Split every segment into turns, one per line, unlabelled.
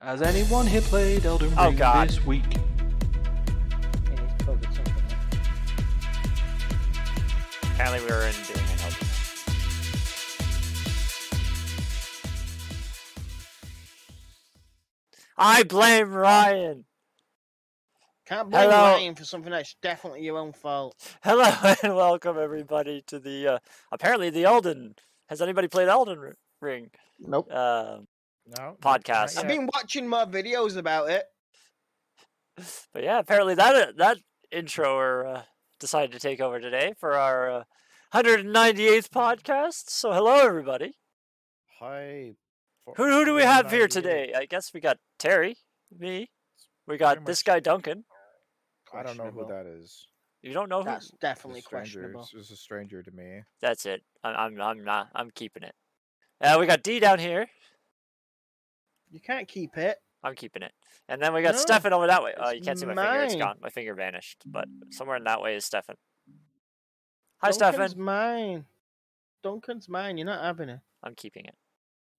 Has anyone here played Elden Ring
Oh, God.
this week?
It is probably something else.
Apparently, we were in doing an Elden Ring. I blame Ryan.
Can't blame
Hello.
Ryan for something that's definitely your own fault.
Hello and welcome everybody to the uh, apparently the Elden. Has anybody played Elden R- Ring?
Nope.
Um,
No.
Podcast.
not
I've
yet.
been watching more videos about it.
but yeah, apparently that uh, that introer uh, decided to take over today for our uh, 198th podcast. So hello everybody.
Hi. for-
Who who do we have here
198.
today? I guess we got Terry, me. We
Pretty
got this
much-
guy Duncan.
I don't know who
Questionable.
that is.
You don't know who?
That's
It's
definitely
a stranger.
questionable.
It's it's a stranger to me.
That's it. I- I'm I'm not. I'm keeping it. Uh, we got D down here.
You can't keep it.
I'm keeping it. And then we got
No,
Stefan over that way. Oh,
it's
you can't see my finger. It's
mine.
gone. My finger vanished. But somewhere in that way is Stefan. Hi,
Duncan's
Stefan.
mine. Duncan's mine. You're not having it.
I'm keeping it.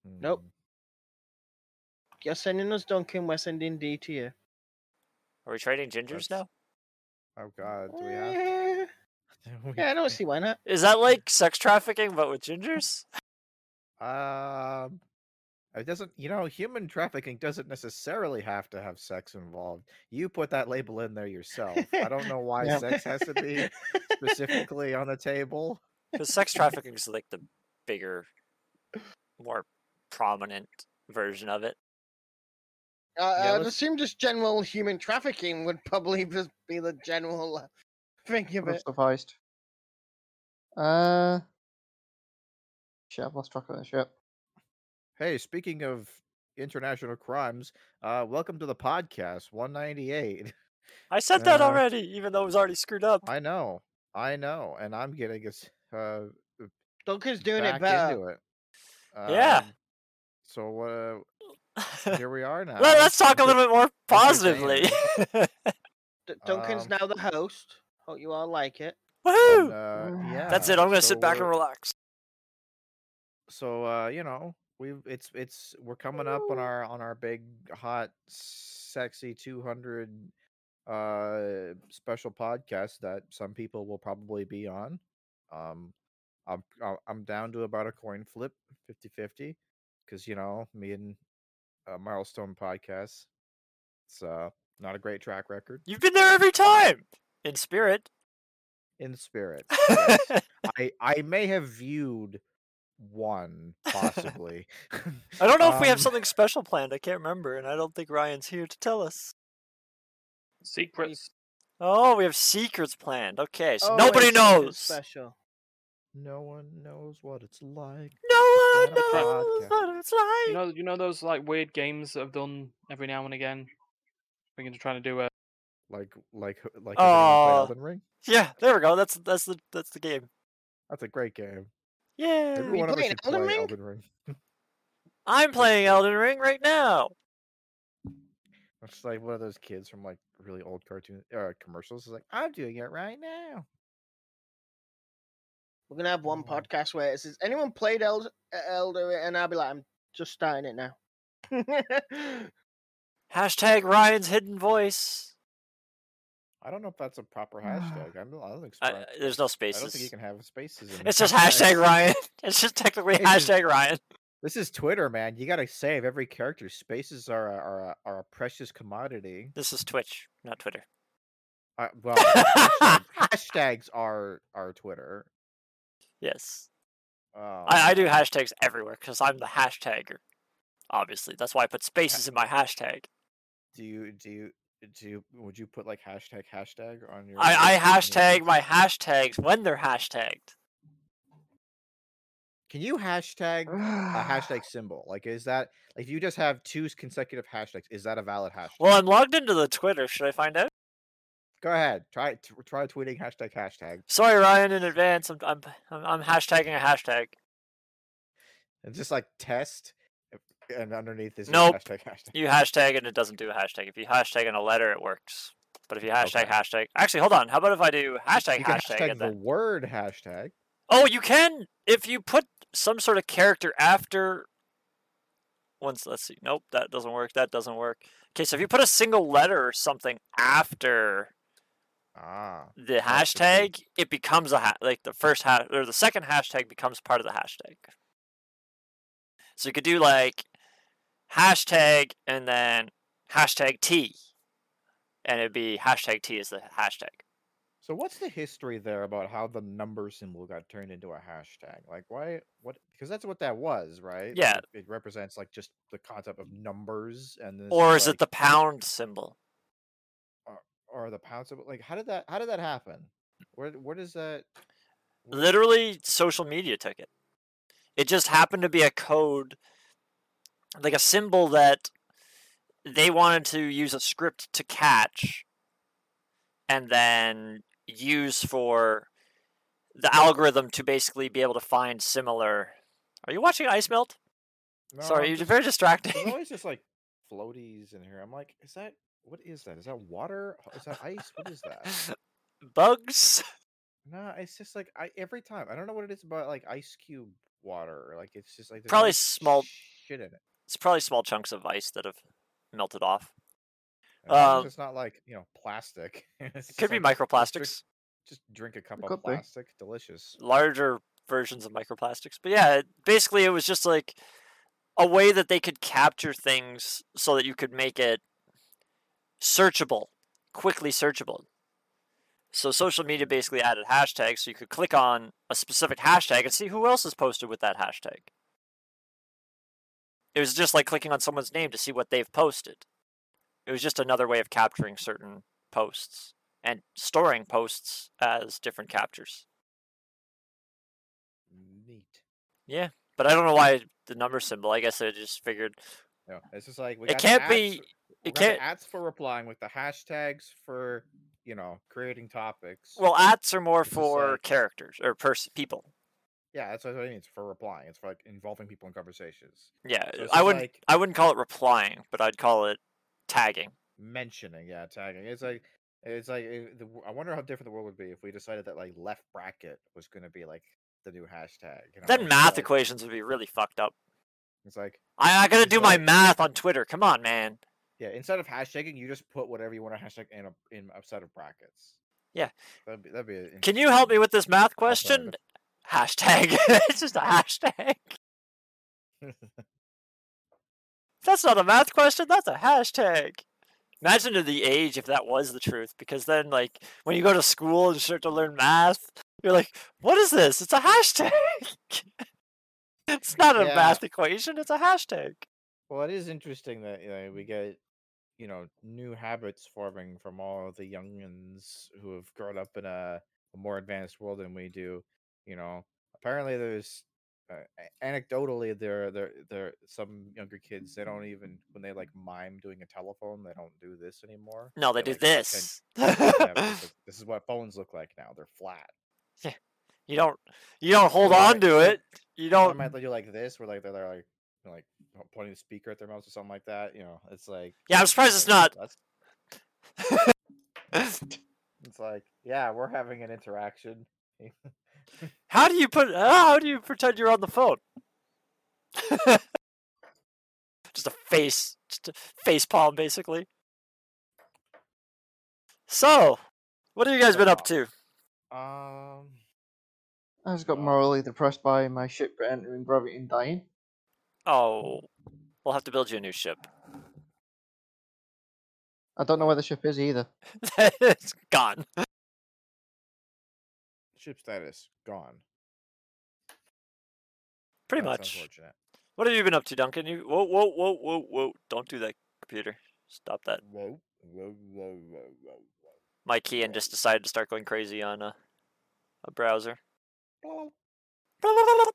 Nope.
Hmm.
You're sending us Duncan. We're sending D to you.
Are we trading gingers
That's-
now?
Oh God. Do we have?
Eh,
do we-
yeah, I don't see why not.
Is that like sex trafficking but with gingers?
Um. It doesn't. You know, human trafficking doesn't necessarily have to have sex involved. You put that label in there yourself. I don't know why
Yeah.
sex has to be specifically on the table.
Because sex trafficking is like the bigger, more prominent version of it.
Uh,
Yeah,
I'd
let's-
assume just general human trafficking would probably just be the general uh, thing of
would have
it.
sufficed. Uh, shit, I've lost track of that shit.
Hey, speaking of international crimes, uh, welcome to the podcast 198.
I said that
Uh-huh.
Uh,
already, even though it was already screwed up.
I know, I know, and I'm getting us uh,
Duncan's doing
back
it better.
into it.
Yeah.
Um, So uh, here we are now.
Let, us talk a
Good-
little bit more positively.
entertaining.
D- Duncan's
Um,
now the host. Hope you all like it.
Woohoo!
and, uh, yeah,
That's it. I'm gonna sit
so uh,
back and
we're-
relax.
So uh, you know, we it's it's we're coming up on our on our big hot sexy 200 uh special podcast that some people will probably be on. Um I'm I- I'm down to about a coin flip 50-50 cuz you know, me and uh, milestone podcasts. It's uh not a great track record
You've been there every time in spirit.
in spirit. yes. I I may have viewed one possibly.
I don't know if we have
Um,
something special planned. I can't remember, and I don't think Ryan's here to tell us.
Secrets.
Oh, we have secrets planned. Okay, so
Oh,
nobody
it's something
knows.
Special.
No one knows what it's like.
No one
Not a
knows
podcast.
what it's like.
You know, you know those like weird games that I've done every now and again. We're gonna try to do a.
Like, like, like.
Aw.
Oh, Elden Ring.
yeah, there we go. That's that's the that's the game.
That's a great game.
Yeah,
Every one of us
playing
should
Elden
play
Ring?
Elden Ring.
I'm playing Elden Ring right now.
It's like one of those kids from like really old cartoon uh, commercials. Is like, I'm doing it right now.
We're gonna have one
Mhm.
podcast where it says, "Anyone played Elder?" uh, Elder Ring?" and I'll be like, "I'm just starting it now."
Hashtag Ryan's hidden voice.
I don't know if that's a proper hashtag. I'm, I don't think.
I, uh,
Sprite-
there's no
I
spaces.
don't think you can have spaces. In
It's
there.
just hashtag Ryan. It's just technically
It's just-
hashtag Ryan.
This is Twitter, man. You gotta save every character. Spaces are a, are a, are a precious commodity.
This is Twitch, not Twitter.
Uh, well, hashtag- hashtags are are Twitter.
Yes.
Um,
I, I do hashtags everywhere because I'm the hashtagger. Obviously, that's why I put spaces in my hashtag.
do you do you do you, would you put like hashtag hashtag on your
I, I
on your
hashtag
page?
my hashtags when they're hashtagged.
can you hashtag a hashtag symbol like is that like if you just have two s- consecutive hashtags is that a valid hashtag
Well, I'm logged into the Twitter. Should I find out?
go ahead try t- try tweeting hashtag hashtag
Sorry, Ryan, in advance. I'm I'm I'm, I'm hashtagging a hashtag.
and just like test if- and underneath is just
Nope.
hashtag hashtag
You hashtag and it doesn't do a hashtag. If you hashtag in a letter, it works. But if you hashtag
Okay.
hashtag, actually, hold on. How about if I do hashtag
you can
hashtag,
hashtag
and
the
then?
word hashtag
Oh, you can if you put some sort of character after once let's see. Nope, that doesn't work. That doesn't work. Okay, so if you put a single letter or something after
Ah.
the
I see.
hashtag, it becomes a ha- like the first ha- or the second hashtag becomes part of the hashtag. So you could do like hashtag and then hashtag T, and it'd be hashtag T is the hashtag.
So what's the history there about how the number symbol got turned into a hashtag? Like why what because that's what that was, right? Like,
Yeah.
It, it represents like just the concept of numbers and then it's
Or
just
is it the
like-
pound symbol?
or the pound symbol? Like how did that how did that happen? Where where does that where-
Literally, social media took it. It just happened to be a code, like a symbol that they wanted to use a script to catch and then use for the algorithm to basically be able to find similar. Are you watching Ice Melt?
No,
Sorry,
I'm
you're
just-
very
There's
distracting.
always just like floaties in here. I'm like, is that what is that? Is that water? Ho- Is that ice? What is that?
Bugs?
No, it's just like I every time I don't know what it is about like ice cube water. Like it's just like there's
Probably
always
small-
shit in it.
It's probably small chunks of ice that have melted off.
As long as
Um,
it's not like you know plastic. It's
Could
just
be
like, just drink-
microplastics.
Just drink a cup
It
of
could be.
plastic. Delicious.
larger versions of microplastics. But yeah, it- basically it was just like a way that they could capture things so that you could make it searchable, quickly searchable. So social media basically added hashtags so you could click on a specific hashtag and see who else is posted with that hashtag. It was just like clicking on someone's name to see what they've posted. It was just another way of capturing certain posts and storing posts as different captures.
Neat.
But I don't know why the number symbol. I guess I just figured
Yeah, it's just like we
it
got the
can't
ads
be.
for- we
It
got the
can't.
ads for replying with the hashtags for you know creating topics.
Well, ats are more
it's just
for
like-
characters or pers- people.
yeah, that's what I mean. It's for replying. It's for like involving people in conversations.
Yeah,
So it's
I
just
wouldn't.
like-
I wouldn't call it replying, but I'd call it tagging.
mentioning yeah tagging it's like it's like eh, the, w- i wonder how different the world would be if we decided that like left bracket was going to be like the new hashtag you know?
Then
It's
math
like-
equations would be really fucked up.
it's like
I, I gotta
It's
do my
like-
math on Twitter. Come on, man.
yeah instead of hashtagging you just put whatever you want to hashtag in a in a set of brackets
Yeah.
that'd be, that'd be an
Can you help me
interesting
with this math question?
alternative.
Hashtag. it's just a hashtag. That's not a math question. That's a hashtag. Imagine to the age if that was the truth, because then, like, when you go to school and start to learn math, you're like, "What is this? It's a hashtag. it's not a
Yeah.
math equation. It's a hashtag."
well it is interesting that you know, we get you know new habits forming from all of the youngins who have grown up in a, a more advanced world than we do you know apparently there's uh, a- anecdotally there there there some younger kids they don't even when they like mime doing a telephone they don't do this anymore
No, they do
like, pretend-
this.
yeah, but it's like, this is what phones look like now they're flat
you don't. You don't hold
Yeah,
on to
like-
it. You
oh. i
don't.
might do like this where like they're, they're like you know, like pointing the speaker at their mouths or something like that you know it's like
Yeah, I'm surprised it's
like,
not.
that's It's like, yeah, we're having an interaction.
How do you put? uh, How do you pretend you're on the phone? just a face, just a face palm, basically. So, what have you guys been up to?
Um,
I just got
Oh.
morally depressed by my ship entering gravity and dying.
Oh, we'll have to build you a new ship.
I don't know where the ship is either.
it's gone.
ship status gone.
Pretty
That's
much.
Unfortunate.
What have you been up to, Duncan? You whoa, whoa, whoa, whoa, whoa! Don't do that, computer. Stop that.
Whoa, whoa, whoa, whoa, whoa, whoa.
My key and just decided to start going crazy on a, a browser.
Well,
Well,
well,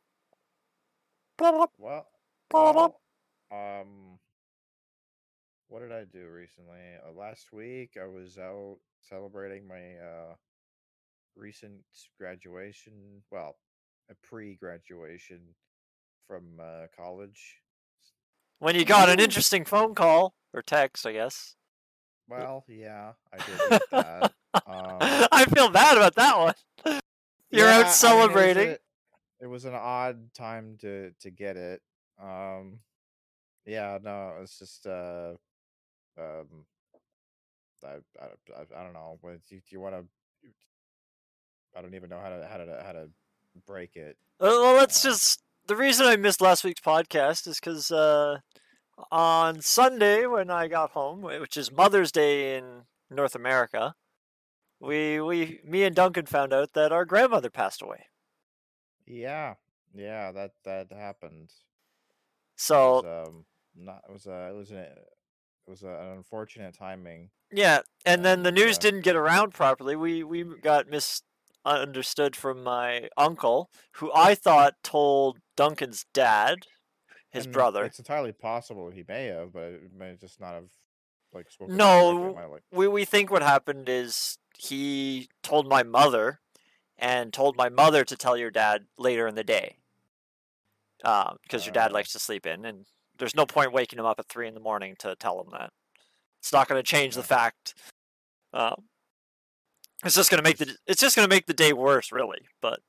Blah, blah,
well, um, what did I do recently? Uh, last week, I was out celebrating my uh recent graduation. Well, a pre-graduation from uh, college.
When you got an interesting phone call or text, I guess.
Well, yeah, I did get that. Um,
I feel bad about that one. You're
Yeah, I mean, it
out
was
celebrating.
a- it was an odd time to to get it. Um, yeah, no, it's just uh, um, I I, I, I don't know. What do you, do you want to? I don't even know how to how to how to break it.
Uh, Well, let's
Oh.
just. The reason I missed last week's podcast is because uh, on Sunday when I got home, wh- which is Mother's Day in North America, we we me and Duncan found out that our grandmother passed away.
Yeah, yeah, that that happened. It
So
was, um, not it was a it was an it was a, an unfortunate timing.
Yeah, and then the
And,
news
uh,
didn't get around properly. We we m- got misunderstood from my uncle, who I thought told Duncan's dad, his
and
brother.
It's entirely possible he may have, but it may just not have like spoken.
No,
like,
We we think what happened is he told my mother, and told my mother to tell your dad later in the day, because your dad
Uh.
likes to sleep in, and there's no point waking him up at three in the morning to tell him that. It's not going to change the
Yeah.
fact. Uh, it's just going to make the d- it's just going to make the day worse, really. But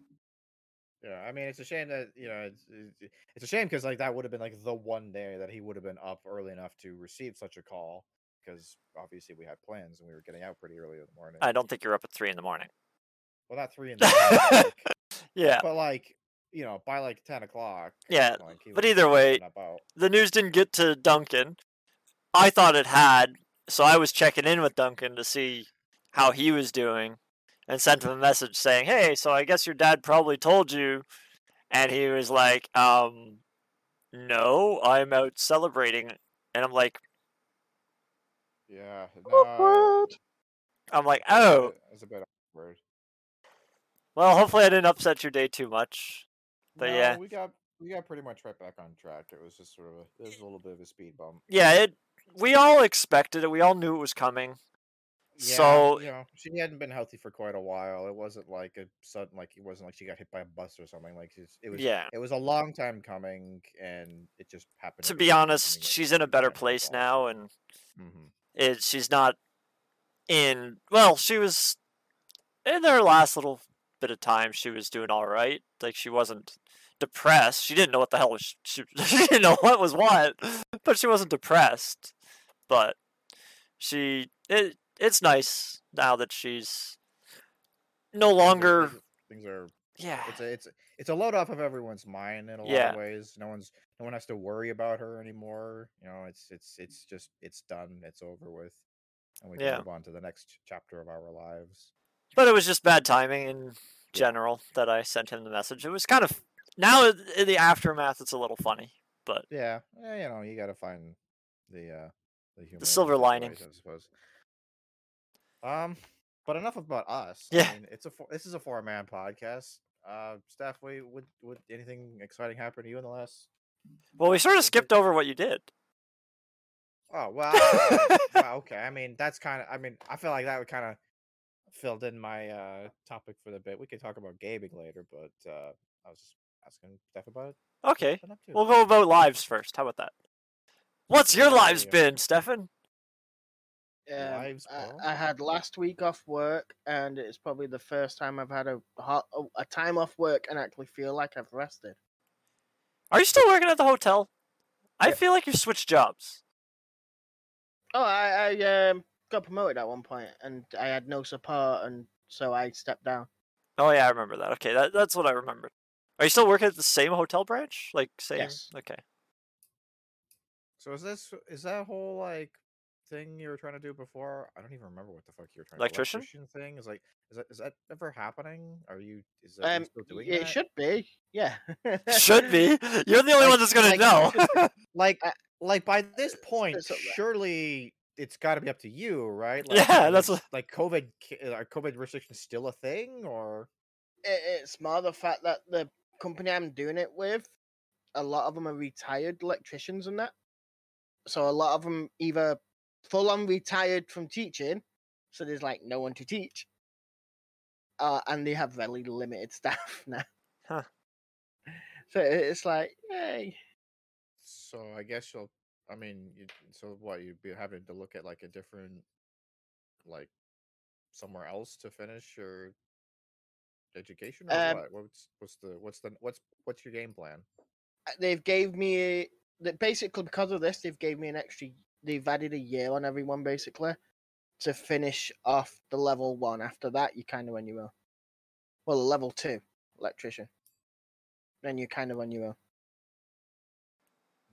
yeah, I mean, it's a shame that you know it's it's- it's a shame because like that would have been like the one day that he would have been up early enough to receive such a call because obviously we had plans and we were getting out pretty early in the morning.
I don't think you're up at three in the morning.
well, not three in the morning, but, like,
Yeah,
but like you know by like ten o'clock.
Yeah,
like, he
but
was
either way,
up and about.
the news didn't get to Duncan. I thought it had, so I was checking in with Duncan to see how he was doing, and sent him a message saying, "Hey, so I guess your dad probably told you," and he was like, "Um, no, I'm out celebrating," and I'm like,
yeah, no,
Awkward.
"I'm like,
it's a
oh,
bit- it's a bit awkward.
well, hopefully I didn't upset your day too much." But
no,
yeah.
we got we got pretty much right back on track. It was just sort of a, it was a little bit of a speed bump.
Yeah, it. We all expected it. We all knew it was coming.
Yeah,
So-
you know, she hadn't been healthy for quite a while. It wasn't like a sudden like it wasn't like she got hit by a bus or something. Like it's, it was
Yeah.
it was a long time coming, and it just happened.
To be honest, she's in a better place now, and
Mm-hmm.
is she's not in well she was in their last little bit of time she was doing all right like she wasn't depressed she didn't know what the hell was she, she didn't know what was what but she wasn't depressed but she it, it's nice now that she's no longer
things are
yeah
it's a it's a- it's a load off of everyone's mind in a lot
Yeah.
of ways. No one's no one has to worry about her anymore. You know, it's it's it's just it's done. It's over with, and we can
Yeah.
move on to the next chapter of our lives.
but it was just bad timing in general that i sent him the message it was kind of now in the aftermath it's a little funny but
Yeah, eh, you know, you got to find the uh the, humor in
silver
the
lining.
situation, I suppose. Um, but enough about us. I
Yeah.
mean, it's a four, this is a four man podcast. Uh, staff, we would would anything exciting happen to you in the last?
well we sort of
Okay.
skipped over what you did
Oh well, well, okay. I mean, that's kind of. I mean, I feel like that would kind of filled in my uh topic for the bit. We could talk about gaming later, but uh I was just asking Steph about it.
Okay.
Been up to.
We'll go about lives first. How about that? What's your
Yeah,
lives
yeah.
been, Stefan?
Um,
Lives well.
I, I had last week off work, and it's probably the first time I've had a, ho- a- a time off work and actually feel like I've rested.
Are you still working at the hotel? I feel like you switched jobs.
Oh, I, I um, got promoted at one point, and I had no support, and so I stepped down.
Oh yeah, I remember that. Okay, that, that's what I remembered. Are you still working at the same hotel branch? Like same?
Yes.
Okay.
So is this is that whole like thing you were trying to do before? I don't even remember what the fuck you were trying.
Electrician?
to do. Electrician thing is like is that is that ever happening? Are you is that
Um,
you still doing
it
that?
should be, yeah.
Should be. You're the only one
Like-
that's gonna
like-
know.
like
I-
like by this point
so-
surely it's got to be up to you right like,
Yeah, that's
is, like covid ca- are covid restrictions still a thing or
it, it's more the fact that the company I'm doing it with, a lot of them are retired electricians and that. So a lot of them either full on retired from teaching, so there's like no one to teach, uh, and they have really limited staff now.
Huh.
So it- it's like, yay.
so i guess you'll i mean you, so what you'd be having to look at like a different like somewhere else to finish your education or
Um,
what what's what's the what's the what's what's your game plan
They've uh, gave me that basically because of this, they've gave me an extra. They've added a year on everyone basically to finish off the level one. After that, you kind of on your own. Well, level two electrician. Then you're kind of on your own.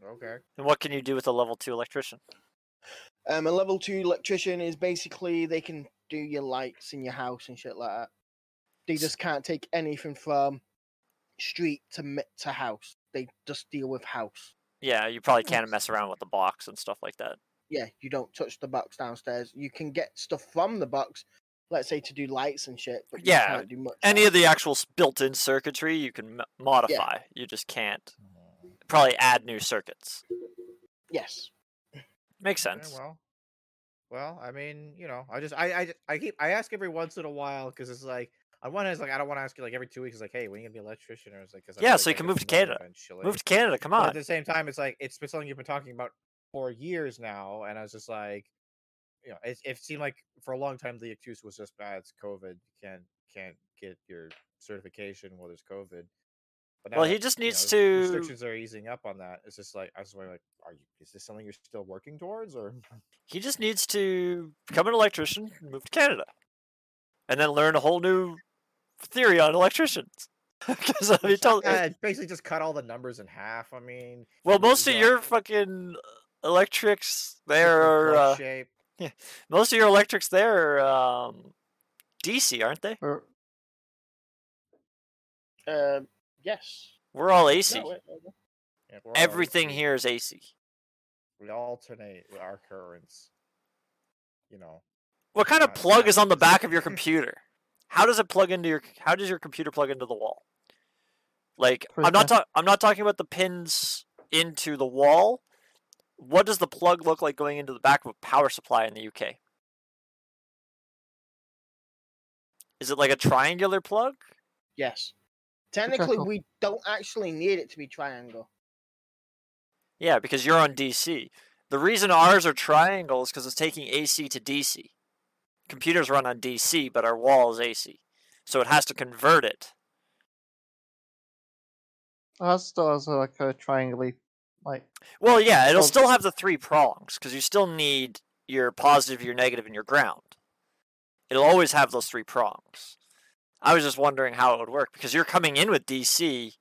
Okay.
And what can you do with a level two electrician?
Um, a level two electrician is basically they can do your lights in your house and shit like that. They just can't take anything from street to mi- to house. They just deal with house.
Yeah, you probably can't mess around with the box and stuff like that.
Yeah, you don't touch the box downstairs. You can get stuff from the box, let's say to do lights and shit. But you
Yeah,
can't do much
Any
else.
of the actual s- built-in circuitry you can m- modify. You just can't Mm, probably add new circuits.
yes,
Makes
Okay,
sense.
well, well, I mean, you know, I just I I, just- I keep I ask every once in a while because it's like on one hand, it's like I don't want to ask you like every two weeks. It's like, hey, when you gonna be an electrician? Or it's like, 'cause I
Yeah,
feel like
so you
I
can
could
move to
learn
Canada.
eventually.
Move to Canada, come
But at
on.
the same time, it's like it's been something you've been talking about for years now, and I was just like, you know, it, it seemed like for a long time the excuse was just, ah, it's COVID, you can't can't get your certification while there's COVID. But
Well,
that,
he just
you know,
needs
the
to-
Restrictions are easing up on that. It's just like I was wondering, like, are you? Is this something you're still working towards, or
He just needs to become an electrician and move to Canada. And then learn a whole new theory on electricians. Because I mean, tell-
Yeah, basically just cut all the numbers in half. I mean,
well,
it was
most of
a
your fucking electrics
different
there are
plug
uh,
shape.
most of your electrics there are um, DC, aren't they?
Or,
um, yes.
We're all
No,
AC.
wait, wait, wait.
Yeah, we're all
Everything
AC.
here is AC.
We alternate with our currents. You know,
What kind of
Uh,
plug is on the
batteries.
back of your computer? How does it plug into your? How does your computer plug into the wall? Like I'm not
Protect-
talking. I'm not talking about the pins into the wall. What does the plug look like going into the back of a power supply in the UK? Is it like a triangular plug?
Yes. Technically,
Triangle.
we don't actually need it to be triangle.
Yeah, because you're on DC. The reason ours are triangles because it's taking AC to DC. Computers run on DC, but our wall is AC, so it has to convert it.
ours still has like a triangly, like
Well, yeah, it'll
Well-
still have the three prongs because you still need your positive, your negative, and your ground. It'll always have those three prongs. I was just wondering how it would work because you're coming in with DC.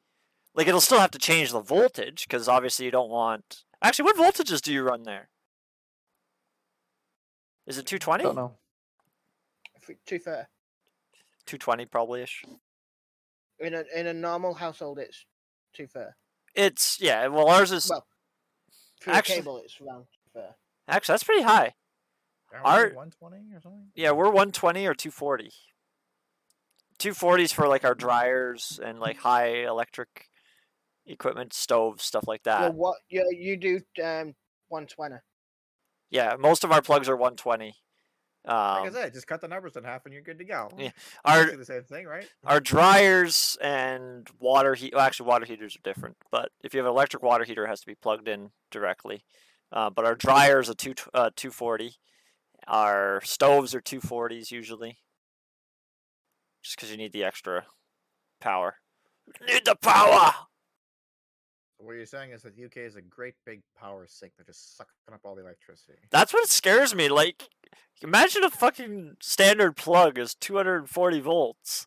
Like, it'll still have to change the voltage because obviously you don't want. Actually, what voltages do you run there? Is it 220?
don't know.
If we- To be fair,
220 probably ish.
in a in a normal household, it's too fair.
It's, yeah, well, ours is.
Well, Through
Actually-
a cable, it's round. To be fair,
Actually, that's pretty high. Our-
one twenty or something.
Yeah, we're 120 or 240. 240s for like our dryers and like high electric equipment, stoves, stuff like
well,
that.
what you you do um one twenty.
Yeah, most of our plugs are 120.
like I
Um,
said, just cut the numbers in half and you're good to go.
Yeah,
Basically
our
the same thing, right?
our dryers and water heat. Well, actually, water heaters are different, but if you have an electric water heater, it has to be plugged in directly. Uh, but our dryers are two tw- uh, 240. Our stoves are 240s usually, just because you need the extra power. Need the power.
What you're saying is that UK is a great big power sink that just sucking up all the electricity.
That's what scares me. Like, imagine a fucking standard plug is 240 volts.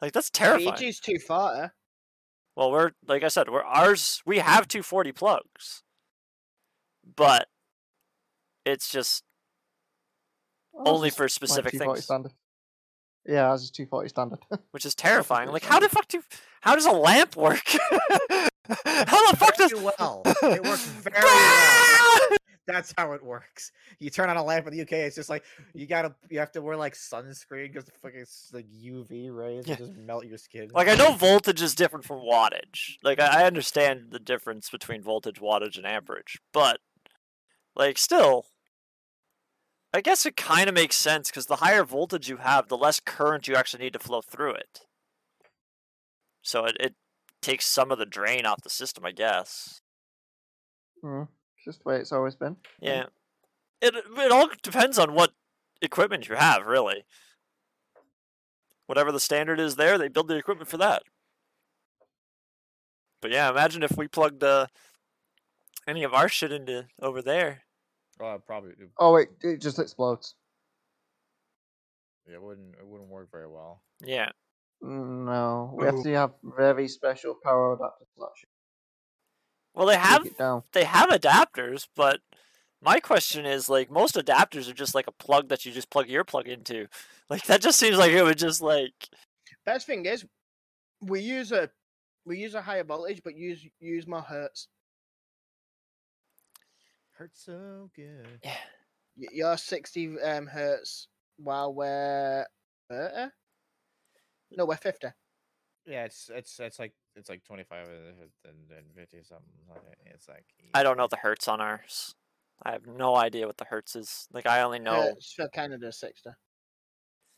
Like, that's terrifying.
You use too far.
Well, we're like I said, we're ours. We have 240 plugs, but it's just
Ours
only
is,
for specific
240
things,
Standard. Yeah, ours is 240 standard.
which is terrifying. Like, how the fuck do? How does a lamp work? how the fuck does?
Very well. It works very well. That's how it works. You turn on a lamp in the UK, it's just like you gotta you have to wear like sunscreen because the fucking s- like UV rays
Yeah.
will just melt your skin.
Like I know voltage is different from wattage. Like I I understand the difference between voltage, wattage, and amperage, but like still, I guess it kind of makes sense because the higher voltage you have, the less current you actually need to flow through it. So it, it takes some of the drain off the system, I guess.
Mm, it's just the way it's always been.
Yeah, it it all depends on what equipment you have, really. Whatever the standard is there, they build the equipment for that. But yeah, imagine if we plugged the uh, any of our shit into over there.
Uh, probably.
Oh wait, it just explodes.
Yeah, it wouldn't. It wouldn't work very well.
Yeah.
Mm, No, we have
Ooh.
to have very special power adapters to that shit.
Well, they
to
have
Take it down.
they have adapters, but my question is like most adapters are just like a plug that you just plug your plug into. Like that just seems like it would just like
Best thing is, we use a we use a higher voltage, but use use more hertz.
Hurts so good.
Y- You're sixty um, hertz, while we're thirty. No, we're fifty.
Yeah, it's it's it's like it's like twenty five and, and fifty something. Like that. It's like e,
I don't know the hertz on ours. I have no idea what the hertz is. Like I only know
hertz for Canada is sixty.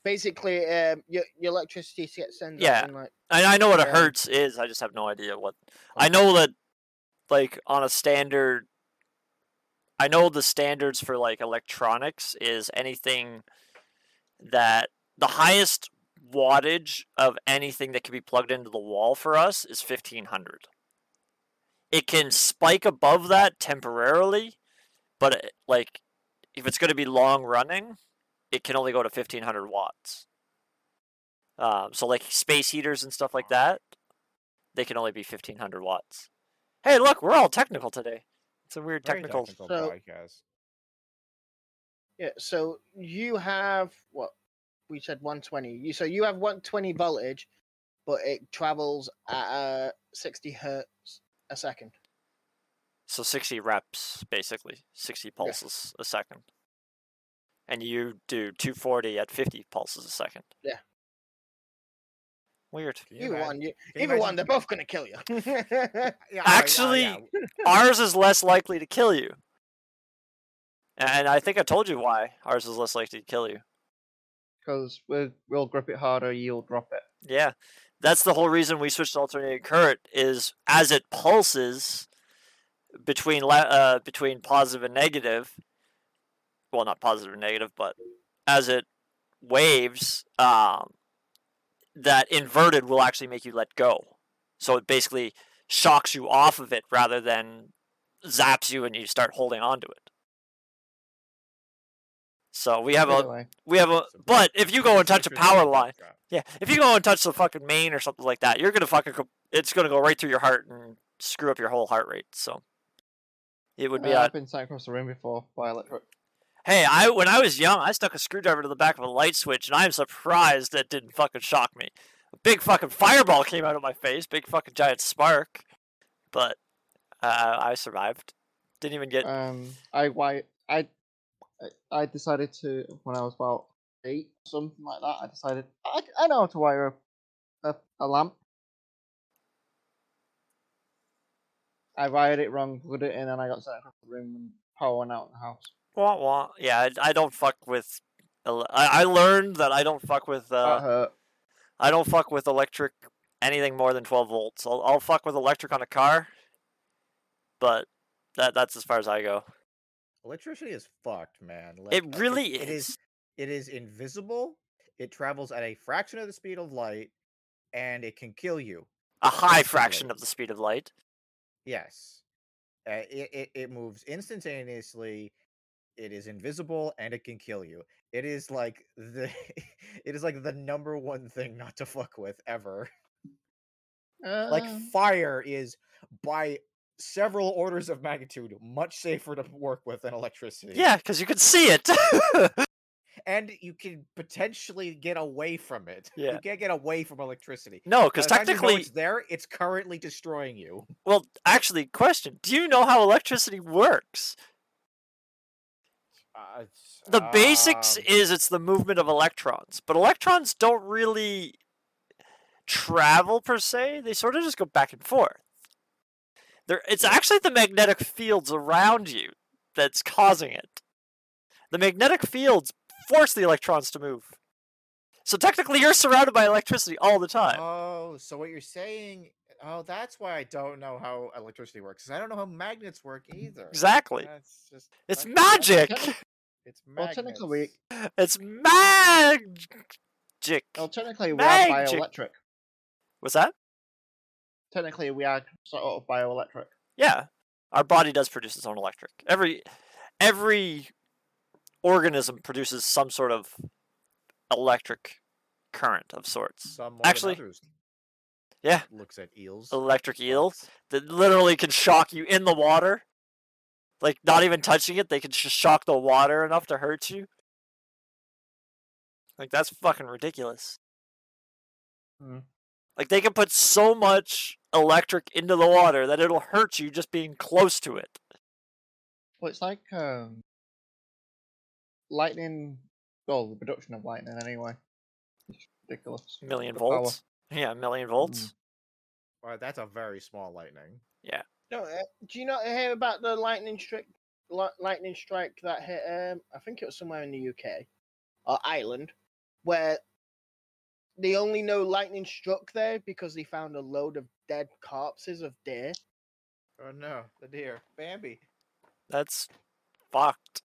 Basically, um, your, your electricity gets sent
Yeah.
out in like
I, I know what a
Yeah.
hertz is. I just have no idea what. I know that, like on a standard. I know the standards for like electronics is anything that the highest wattage of anything that can be plugged into the wall for us is 1500. It can spike above that temporarily, but it, like if it's going to be long running, it can only go to 1500 watts. Um, so like space heaters and stuff like that, they can only be fifteen hundred watts. Hey, look, we're all technical today. It's a weird
Very
technical.
technical
So-
podcast.
yeah. So you have what we said one twenty. You so you have one twenty voltage, but it travels at uh, sixty hertz a second.
So sixty reps, basically sixty pulses a second. And you do two forty at fifty pulses a second.
Yeah.
Weird.
Can you
Either
imagine-
one, you,
can you
either one, they're
imagine-
both gonna kill you.
Yeah, oh, yeah,
Actually,
yeah,
ours is less likely to kill you. And I think I told you why ours is less likely to kill you.
Because we'll grip it harder, you'll drop it.
Yeah. That's the whole reason we switched to alternating current is as it pulses between le- uh, between positive and negative. Well, not positive and negative, but as it waves, um, that inverted will actually make you let go. So it basically shocks you off of it rather than zaps you and you start holding on to it. So we have a
Anyway,
we have a
It's a big-
but if you go and
it's a
touch a
good
power
podcast.
line yeah, if you go and touch the fucking main or something like that, you're gonna fucking. co- It's gonna go right through your heart and screw up your whole heart rate. So it would be.
uh,
Uh,
I've been sat across the room before by electric.
hey, I when I was young, I stuck a screwdriver to the back of a light switch, and I'm surprised that didn't fucking shock me. A big fucking fireball came out of my face, big fucking giant spark, but uh, I survived. Didn't even get.
Um, I why I I- I decided to when I was about eight, something like that. I decided I, I know how to wire a, a a lamp. I wired it wrong, put it in, and I got sent across the room and power went out in the house.
Wah, wah. Yeah, I, I don't fuck with. ele- I, I learned that I don't fuck with. Uh,
that hurt.
I don't fuck with electric anything more than 12 volts. I'll, I'll fuck with electric on a car, but that that's as far as I go.
Electricity is fucked, man. Like,
It
uh,
really
It is. It is invisible. It travels at a fraction of the speed of light, and it can kill you.
A high
Constantly.
fraction of the speed of light.
Yes. Uh, it, it it moves instantaneously. It is invisible and it can kill you. It is like the it is like the number one thing not to fuck with ever. Like
Uh-huh.
Um,
fire is by several orders of magnitude much safer to work with than electricity.
Yeah, because you can see it.
and you can potentially get away from it.
Yeah.
You can't get away from electricity.
no, because
By the time you know
technically,
it's there. It's currently destroying you.
well, actually, question: Do you know how electricity works? Uh, The basics
Um,
is it's the movement of electrons, but electrons don't really travel per se. They sort of just go back and forth. There, it's actually the magnetic fields around you that's causing it. The magnetic fields force the electrons to move. So technically, you're surrounded by electricity all the time.
Oh, so what you're saying? Oh, that's why I don't know how electricity works. 'cause I don't know how magnets work either.
Exactly.
That's just
It's
okay,
magic.
technic-
It's
well,
magnets.
technically, we
It's magic.
Oh.
well, technically we are
Magic.
bioelectric.
What's that?
Technically, we are sort of bioelectric.
Yeah. Our body does produce its own electric. Every every organism produces some sort of electric current of sorts.
Some more
Actually-
than others.
Yeah,
Looks at eels.
electric eel
Lots.
that literally can shock you in the water. Like not even touching it, they can just shock the water enough to hurt you. Like that's fucking ridiculous.
Mm.
Like they can put so much electric into the water that it'll hurt you just being close to it.
Well, it's like um, lightning. Well, the production of lightning, anyway. It's ridiculous.
Million
The power.
volts. Yeah, a million
Mm-hmm.
volts.
Wow, that's a very small lightning.
No, uh, do you not hear about the lightning strike? li- Lightning strike that hit. Um, I think it was somewhere in the UK or Ireland, where they only know lightning struck there because they found a load of dead corpses of deer.
Oh no, the deer, Bambi.
That's fucked.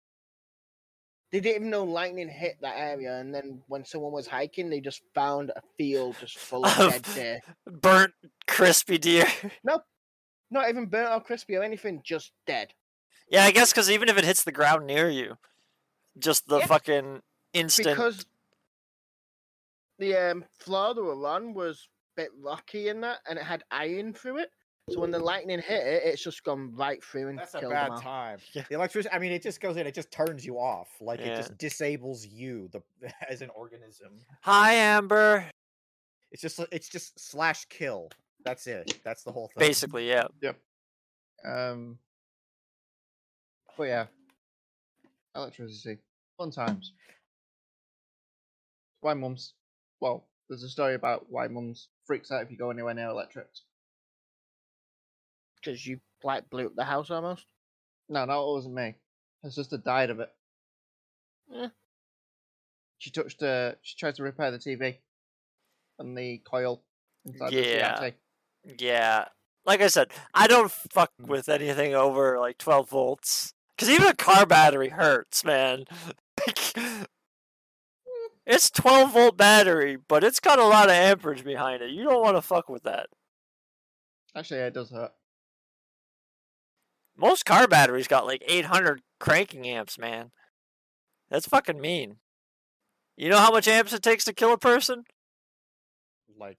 They didn't even know lightning hit that area, and then when someone was hiking, they just found a field just full of dead deer.
Burnt crispy deer.
Not even burnt or crispy or anything, just dead.
yeah, I guess because even if it hits the ground near you, just the
Yeah.
fucking instant.
because the um, floor they were on was a bit rocky in that, and it had iron through it. So when the lightning hit it, it's just gone right through and
That's a
killed them
bad
all.
time.
Yeah.
The electricity. I mean, it just goes in. It just turns you off. Like
Yeah.
it just disables you, the as an organism.
Hi, Amber.
It's just it's just slash kill. That's it. That's the whole thing.
Basically, yeah.
Um, but yeah, electricity, fun times. Why mums? Well, there's a story about why mums freaks out if you go anywhere near electrics.
Because you like blew up the house almost.
No, no, it wasn't me. Her sister died of it.
Eh.
She touched the. She tried to repair the TV, and the coil inside
Yeah.
the CRT.
Yeah. Like I said, I don't fuck
Mm.
with anything over like 12 volts. Because even a car battery hurts, man. Like, it's 12 volt battery, but it's got a lot of amperage behind it. You don't want to fuck with that.
Actually, yeah, it does hurt.
Most car batteries got like 800 cranking amps, man. That's fucking mean. You know how much amps it takes to kill a person?
like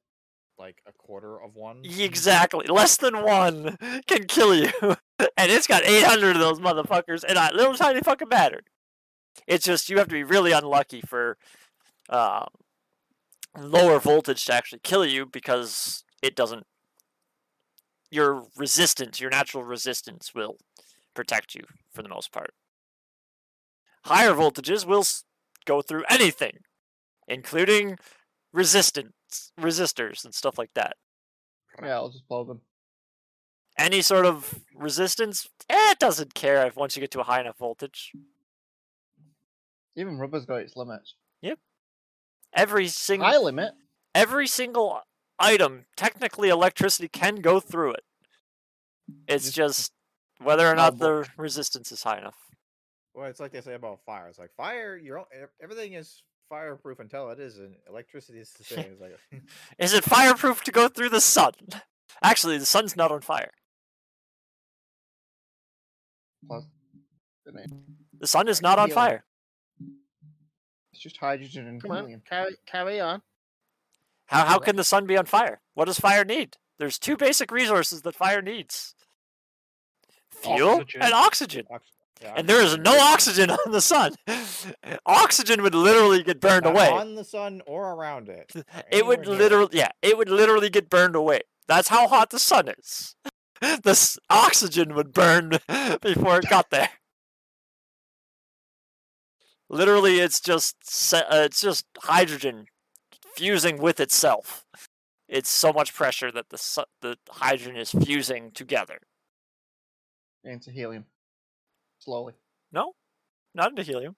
like a quarter of one.
Exactly. Less than one can kill you. and it's got 800 of those motherfuckers in a little tiny fucking battery. It's just, you have to be really unlucky for uh, lower voltage to actually kill you because it doesn't. Your resistance, your natural resistance, will protect you for the most part. Higher voltages will s- go through anything, including resistance, resistors, and stuff like that
Yeah, I'll just blow them.
any sort of resistance, eh, it doesn't care if once you get to a high enough voltage.
Even rubber's got its limits.
Every single
High limit.
every single item, technically electricity can go through it. It's just whether or
How
not the resistance is high enough.
Well, it's like they say about fire. It's like fire. Your own, e- everything is fireproof until it isn't. Electricity is the same. It's like
Is it fireproof to go through the sun? Actually, the sun's not on fire.
Plus, isn't it?
The sun is not on
Yeah.
fire.
it's just hydrogen and
Come on,
Mm.
helium.
carry, carry on.
How how can the sun be on fire? What does fire need? There's two basic resources that fire needs. Fuel
Oxygen.
and oxygen.
ox- yeah,
and there is
oxygen
no
is-
oxygen on the sun. oxygen would literally get burned
not
away.
on the sun or around it. or
It would
anywhere near
literally, yeah, it would literally get burned away. That's how hot the sun is. the s- oxygen would burn before it got there. Literally, it's just se- uh, it's just hydrogen fusing with itself. It's so much pressure that the su- the hydrogen is fusing together.
into helium. Slowly.
Not into helium.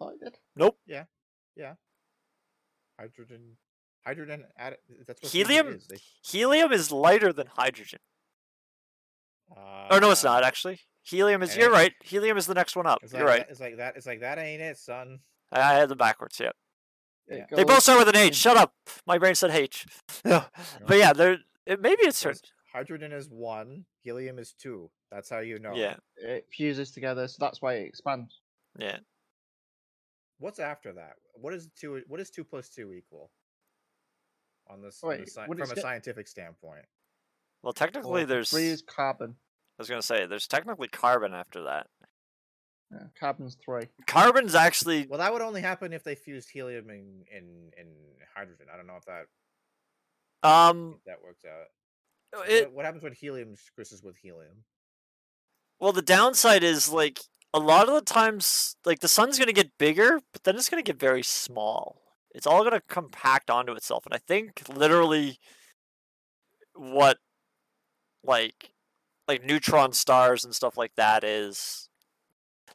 Oh, it did.
Hydrogen, hydrogen. Ad- that's what
Helium?
is. They-
Helium is lighter than hydrogen. Oh no, it's not
Ah,
actually. Helium is.
it
You're
ain't?
right. Helium is the next one up.
It's like,
You're right.
that- It's like that. It's like that ain't it, son.
I I had them backwards. Yeah.
It
They both
goes
start with an H.
in-
Shut up. My brain said H. No. But yeah, they're it, maybe it's
Goes
certain.
Hydrogen is one, helium is two. That's how you know.
Yeah.
It fuses together, so that's why it expands.
Yeah.
What's after that? What is two? What is two plus two equal? On this, on the
Wait,
sci-
what
from
is
a
it?
scientific standpoint.
Well, technically, there's.
Three is
I
carbon.
was gonna say there's technically carbon after that.
Yeah, carbon's three.
Carbon's actually
Well, that would only happen if they fused helium and and, and hydrogen. I don't know if that
um
if that works out.
it
what, what happens when helium crosses with helium?
Well, the downside is like a lot of the times, like the sun's going to get bigger, but then it's going to get very small. It's all going to compact onto itself, and I think literally what like like neutron stars and stuff like that is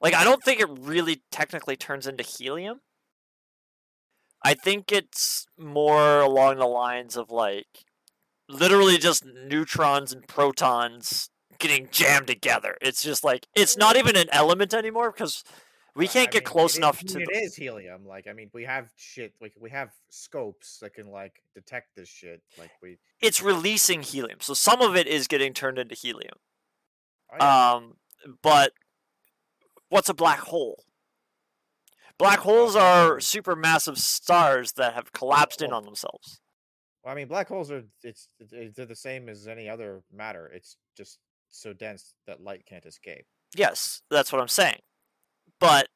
like I don't think it really technically turns into helium. I think it's more along the lines of like literally just neutrons and protons getting jammed together. It's just like it's not even an element anymore because we
Uh,
can't
I
get
mean,
close
it is-
enough
I
to.
mean,
The,
it is helium. Like, I mean, we have shit. Like, we have scopes that can like detect this shit. Like, we.
it's releasing helium, so some of it is getting turned into helium.
Oh, yeah.
Um, but what's a black hole? Black holes
black
are
holes.
supermassive stars that have collapsed in
well,
on themselves.
Well, I mean, black holes are it's it- they're the same as any other matter. It's just so dense that light can't escape.
Yes, that's what I'm saying. But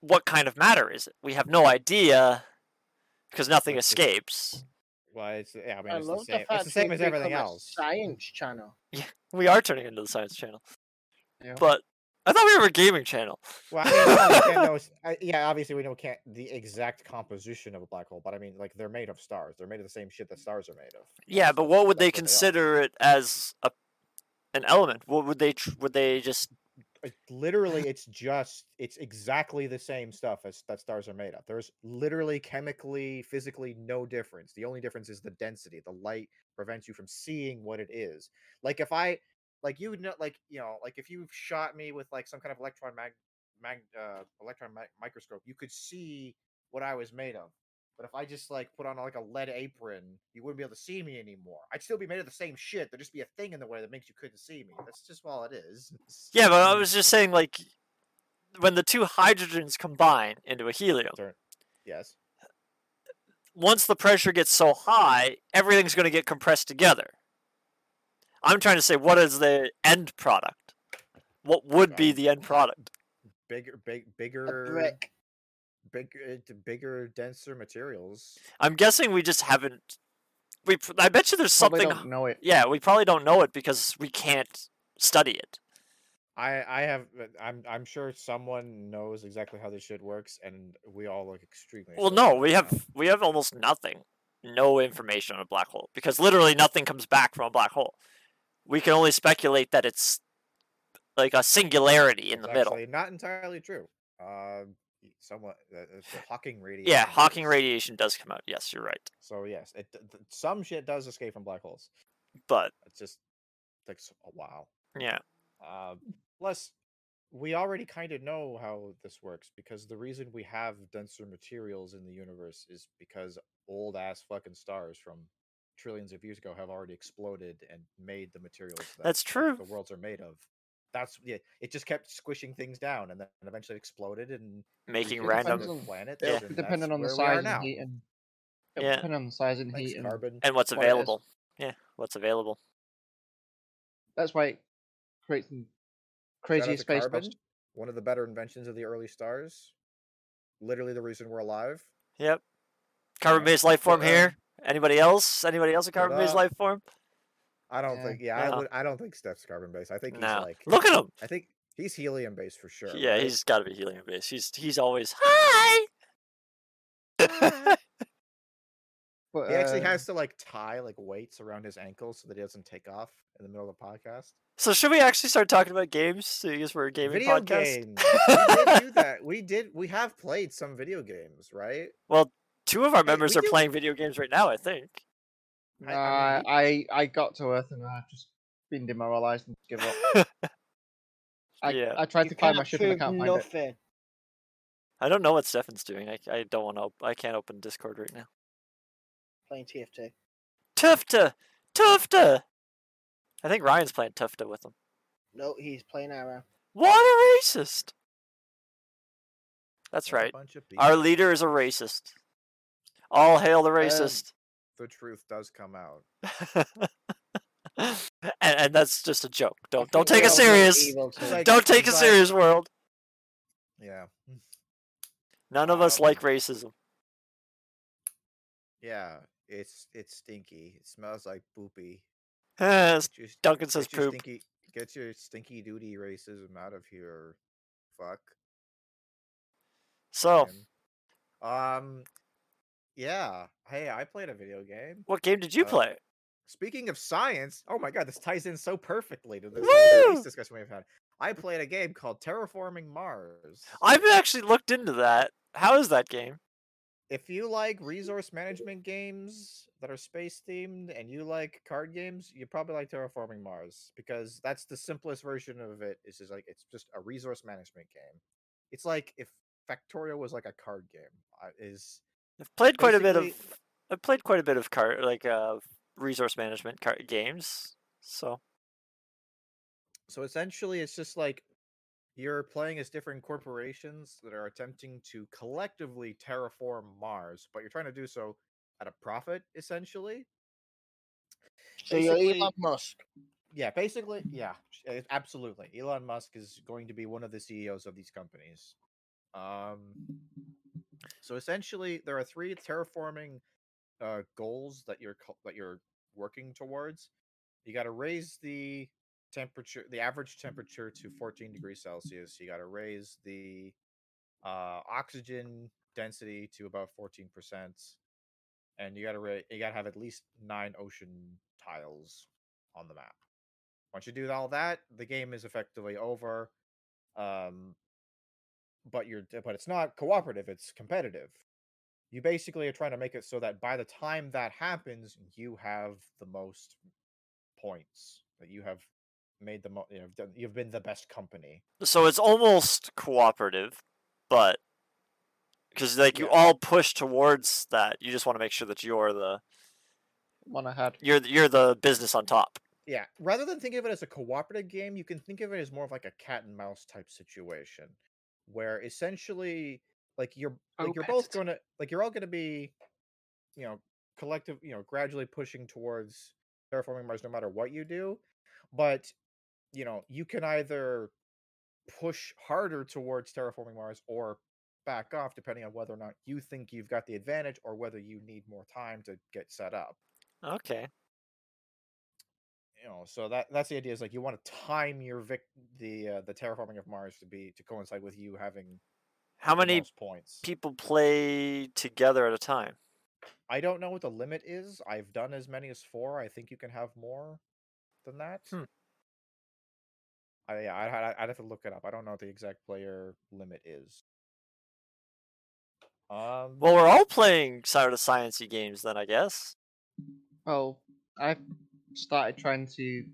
what kind of matter is it? We have no idea because nothing
That's just-
escapes.
Well, it's yeah. I mean,
I
it's
love
the same.
the fact
it's the same
we've
as everything
become a
else.
Science channel.
We are turning into the science channel,
Yeah.
but I thought we were a gaming channel.
Well, I mean, no, we can't know, s- I- yeah. Obviously, we know can't the exact composition of a black hole, but I mean, like they're made of stars. They're made of the same shit that stars are made of.
Yeah,
That's-
but
that's-
what would
that's
they
are.
consider it as a an element? What would they tr- would they just
it, literally it's just it's exactly the same stuff as that stars are made of there's literally chemically physically no difference the only difference is the density the light prevents you from seeing what it is like if i like you would know like you know like if you shot me with like some kind of electron mag, mag uh, electron mi- microscope you could see what i was made of but if i just like put on like a lead apron you wouldn't be able to see me anymore i'd still be made of the same shit there'd just be a thing in the way that makes you couldn't see me that's just all it is
Yeah, but uh, I was just saying like when the two hydrogens combine into a helium,
Turn. Yes.
once the pressure gets so high, everything's going to get compressed together. I'm trying to say what is the end product? What would be
Um,
the end product?
Bigger, big,
A
bigger,
brick.
bigger, bigger, denser materials.
I'm guessing we just haven't we pr- I bet you there's
Probably
something
don't know it.
yeah, we probably don't know it because we can't study it.
I, I have, uh, I'm, I'm sure someone knows exactly how this shit works, and we all look extremely.
Well,
silly
no, we
right now.
have we have almost nothing, no information on a black hole because literally nothing comes back from a black hole. We can only speculate that it's like a singularity in
It's
the middle.
actually not entirely true. Uh, somewhat. Uh, it's the Hawking radiation.
Yeah, Hawking
is-
radiation does come out. Yes, you're right.
So yes, it th- th- some shit does escape from black holes.
But
It just takes a while.
yeah,
Uh, plus, we already kind of know how this works because the reason we have denser materials in the universe is because old ass fucking stars from trillions of years ago have already exploded and made the materials that
That's
the-
true.
the worlds are made of. That's yeah. It just kept squishing things down, and then eventually exploded and
making
It depends
random
on-
planet.
It'll
Yeah.
be depending on the
where
size
we are
and
now.
heat and it'll
Yeah.
depend on the size and
Thanks,
heat and
carbon.
and what's
what it is.
available. Yeah, what's available.
that's why it creates some
Shout out
crazy
to
space
carbon,
dust.
One of the better inventions of the early stars. Literally the reason we're alive.
Yep, carbon-based life form
um,
here. Anybody else? Anybody else a
but,
carbon-based
uh,
life form?
I don't
Yeah,
think. Yeah, I,
no.
would, I don't think Steph's carbon based. I think he's
No.
like.
Look at him.
I think he's helium based for sure.
Yeah,
right?
he's got to be helium-based. He's he's always hi.
But
he actually
uh,
has to like tie like weights around his ankles so that he doesn't take off in the middle of the podcast.
So should we actually start talking about games? So you guess we're a gaming
video
podcast.
games. we did do that. We did. We have played some video games, right?
Well, two of our
Hey,
members
we
are
do-
playing video games right now. I think.
nah,
I-
I,
I mean,
I, got to Earth and I've just been demoralized and give up. I,
Yeah.
I tried
You
to climb my
can't
ship and I
prove
can't find it.
nothing.
I don't know what Stefan's doing. I, I don't want to. Op- I can't open Discord right now.
Playing TFT.
Tufta, Tufta. I think Ryan's playing Tufta with him.
No, he's playing Arrow.
What a racist! That's
What a
right.
bunch of
Our
people.
leader is a racist. All hail the racist.
the truth does come out.
and, and that's just a joke. Don't
I
don't
think
take it
we all know
serious.
evil too.
Like-
Don't take it
Like-
serious, world.
Yeah.
None of us
Um,
like racism.
Yeah. It's it's stinky. It smells like poopy.
Eh,
Get your-
Duncan says
get your
poop.
Stinky, get your stinky duty racism out of here. Fuck.
So,
him. Um yeah. Hey, I played a video game.
what game did you
Uh,
play?
Speaking of science, oh my god, this ties in so perfectly to the
Woo!
space discussion we've had. I played a game called Terraforming Mars.
I've actually looked into that. How is that game?
if you like resource management games that are space themed and you like card games, you probably like Terraforming Mars because that's the simplest version of it. It's just like it's just a resource management game. It's like if Factorio was like a card game. uh, Is
I've played quite a bit of.
basically-
I've played quite a bit of car like uh, resource management car- games. So
so essentially it's just like you're playing as different corporations that are attempting to collectively terraform Mars, but you're trying to do so at a profit essentially.
So you're
Basically-
Elon Musk.
yeah, basically, yeah, sh- uh, absolutely. Elon Musk is going to be one of the CEOs of these companies. Um, so essentially, there are three terraforming uh, goals that you're co- that you're working towards. You got to raise the temperature, the average temperature to 14 degrees Celsius. You got to raise the uh, oxygen density to about 14 percent, and you got to ra- you got to have at least nine ocean tiles on the map. Once you do all that, the game is effectively over. Um, but you're d- but it's not cooperative; it's competitive. You basically are trying to make it so that by the time that happens, you have the most points. That you have made the mo- you know done- you've been the best company.
so it's almost cooperative, but because like you
Yeah.
all push towards that, you just want to make sure that you're the
One I had.
you're the, you're the business on top.
Yeah. Rather than think of it as a cooperative game, you can think of it as more of like a cat and mouse type situation where essentially like you're like you're both
Co-competitive.
going to like you're all going to be you know collective, you know, gradually pushing towards terraforming Mars no matter what you do, but you know, you can either push harder towards terraforming Mars or back off depending on whether or not you think you've got the advantage or whether you need more time to get set up
Okay.
you know so that that's the idea is like you want to time your vic the uh, the terraforming of mars to be to coincide with you having
How
the
many
most points
people play together at a time?
i don't know what the limit is i've done as many as four i think you can have more than that
Hmm.
I, yeah, I'd, I'd- I'd have to look it up i don't know what the exact player limit is um
Well, we're all playing sort of sciencey games then, I guess.
Well, I started trying to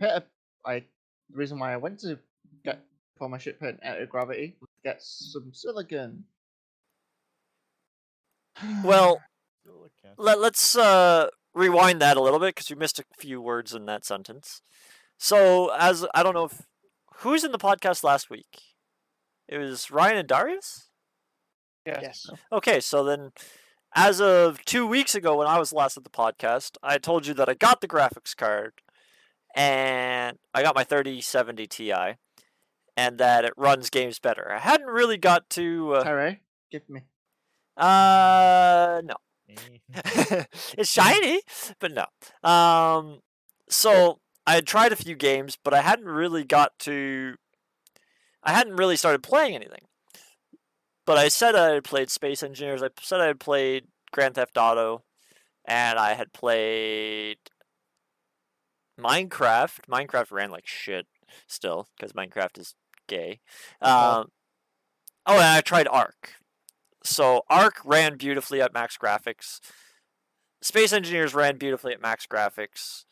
hit. A, I the reason why I went to get for my ship hit out of gravity was to get some silicon.
Well,
still a cat.
let, let's uh, rewind that a little bit because you missed a few words in that sentence. So, as I don't know if who was in the podcast last week, it was Ryan and Darius.
Yeah.
Yes.
Okay, so then, as of two weeks ago when I was last at the podcast, I told you that I got the graphics card and I got my 3070 Ti and that it runs games better. I hadn't really got to. Uh,
Terry, give me.
uh no.
Eh.
it's shiny, but no. Um, so I had tried a few games, but I hadn't really got to. I hadn't really started playing anything. But I said I had played Space Engineers. I said I had played Grand Theft Auto, and I had played Minecraft. Minecraft ran like shit still because Minecraft is gay.
Oh.
Um, oh, and I tried Arc. So Arc ran beautifully at max graphics. Space Engineers ran beautifully at max graphics.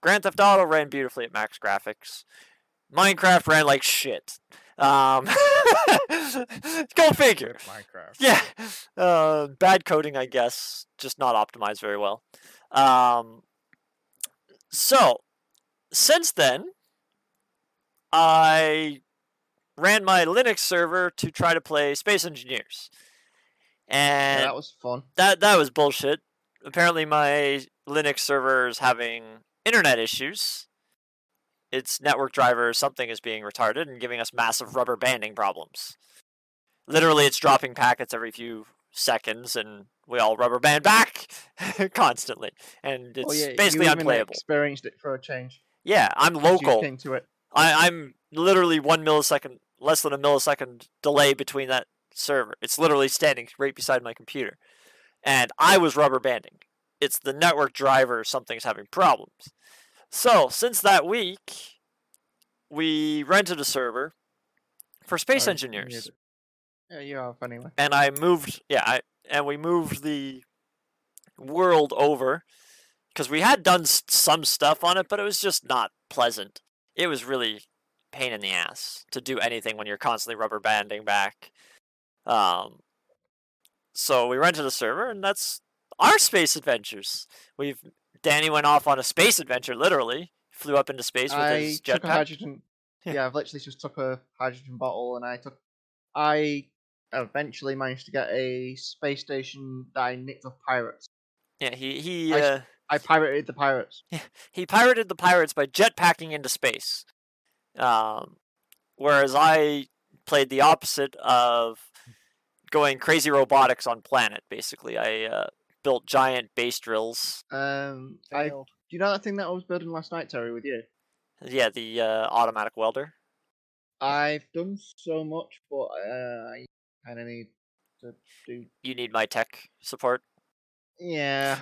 Grand Theft Auto ran beautifully at max graphics. Minecraft ran like shit. Um, go figure.
Rip minecraft
Yeah, uh, bad coding, I guess, just not optimized very well. Um, so since then, I ran my Linux server to try to play Space Engineers,
Yeah,
and
that was fun. Oh,
that that was bullshit. Apparently, my Linux server is having internet issues. Its network driver or something is being retarded and giving us massive rubber banding problems. Literally, it's dropping packets every few seconds, and we all rubber band back constantly, and it's
oh, yeah, you
basically
even
unplayable.
Experienced it for a change.
Yeah, I'm
'cause You
local.
came to it.
I, I'm literally one millisecond, less than a millisecond delay between that server. It's literally standing right beside my computer. And I was rubber banding. It's the network driver, something's having problems. So, since that week, we rented a server for Space
Oh, you muted.
Engineers.
Yeah, you have anyway.
And I moved, yeah, I, and we moved the world over because we had done s- some stuff on it, but it was just not pleasant. It was really pain in the ass to do anything when you're constantly rubber banding back. Um, so we rented a server, and that's our space adventures. We've Danny went off on a space adventure, literally flew up into space with
I
his
took a
jetpack.
hydrogen. yeah, I've literally just took a hydrogen bottle and I took. I eventually managed to get a space station that I nicked off pirates.
yeah, he he
I s-
uh,
I pirated the pirates.
he pirated the pirates by jetpacking into space. Um, whereas I played the opposite of going crazy robotics on planet. Basically, I uh, built giant base drills.
Um, I do
Failed.
you know that thing that I was building last night, Terry, with you?
Yeah, the uh, automatic welder.
I've done so much, but uh, I kind of need to do.
You need my tech support.
Yeah,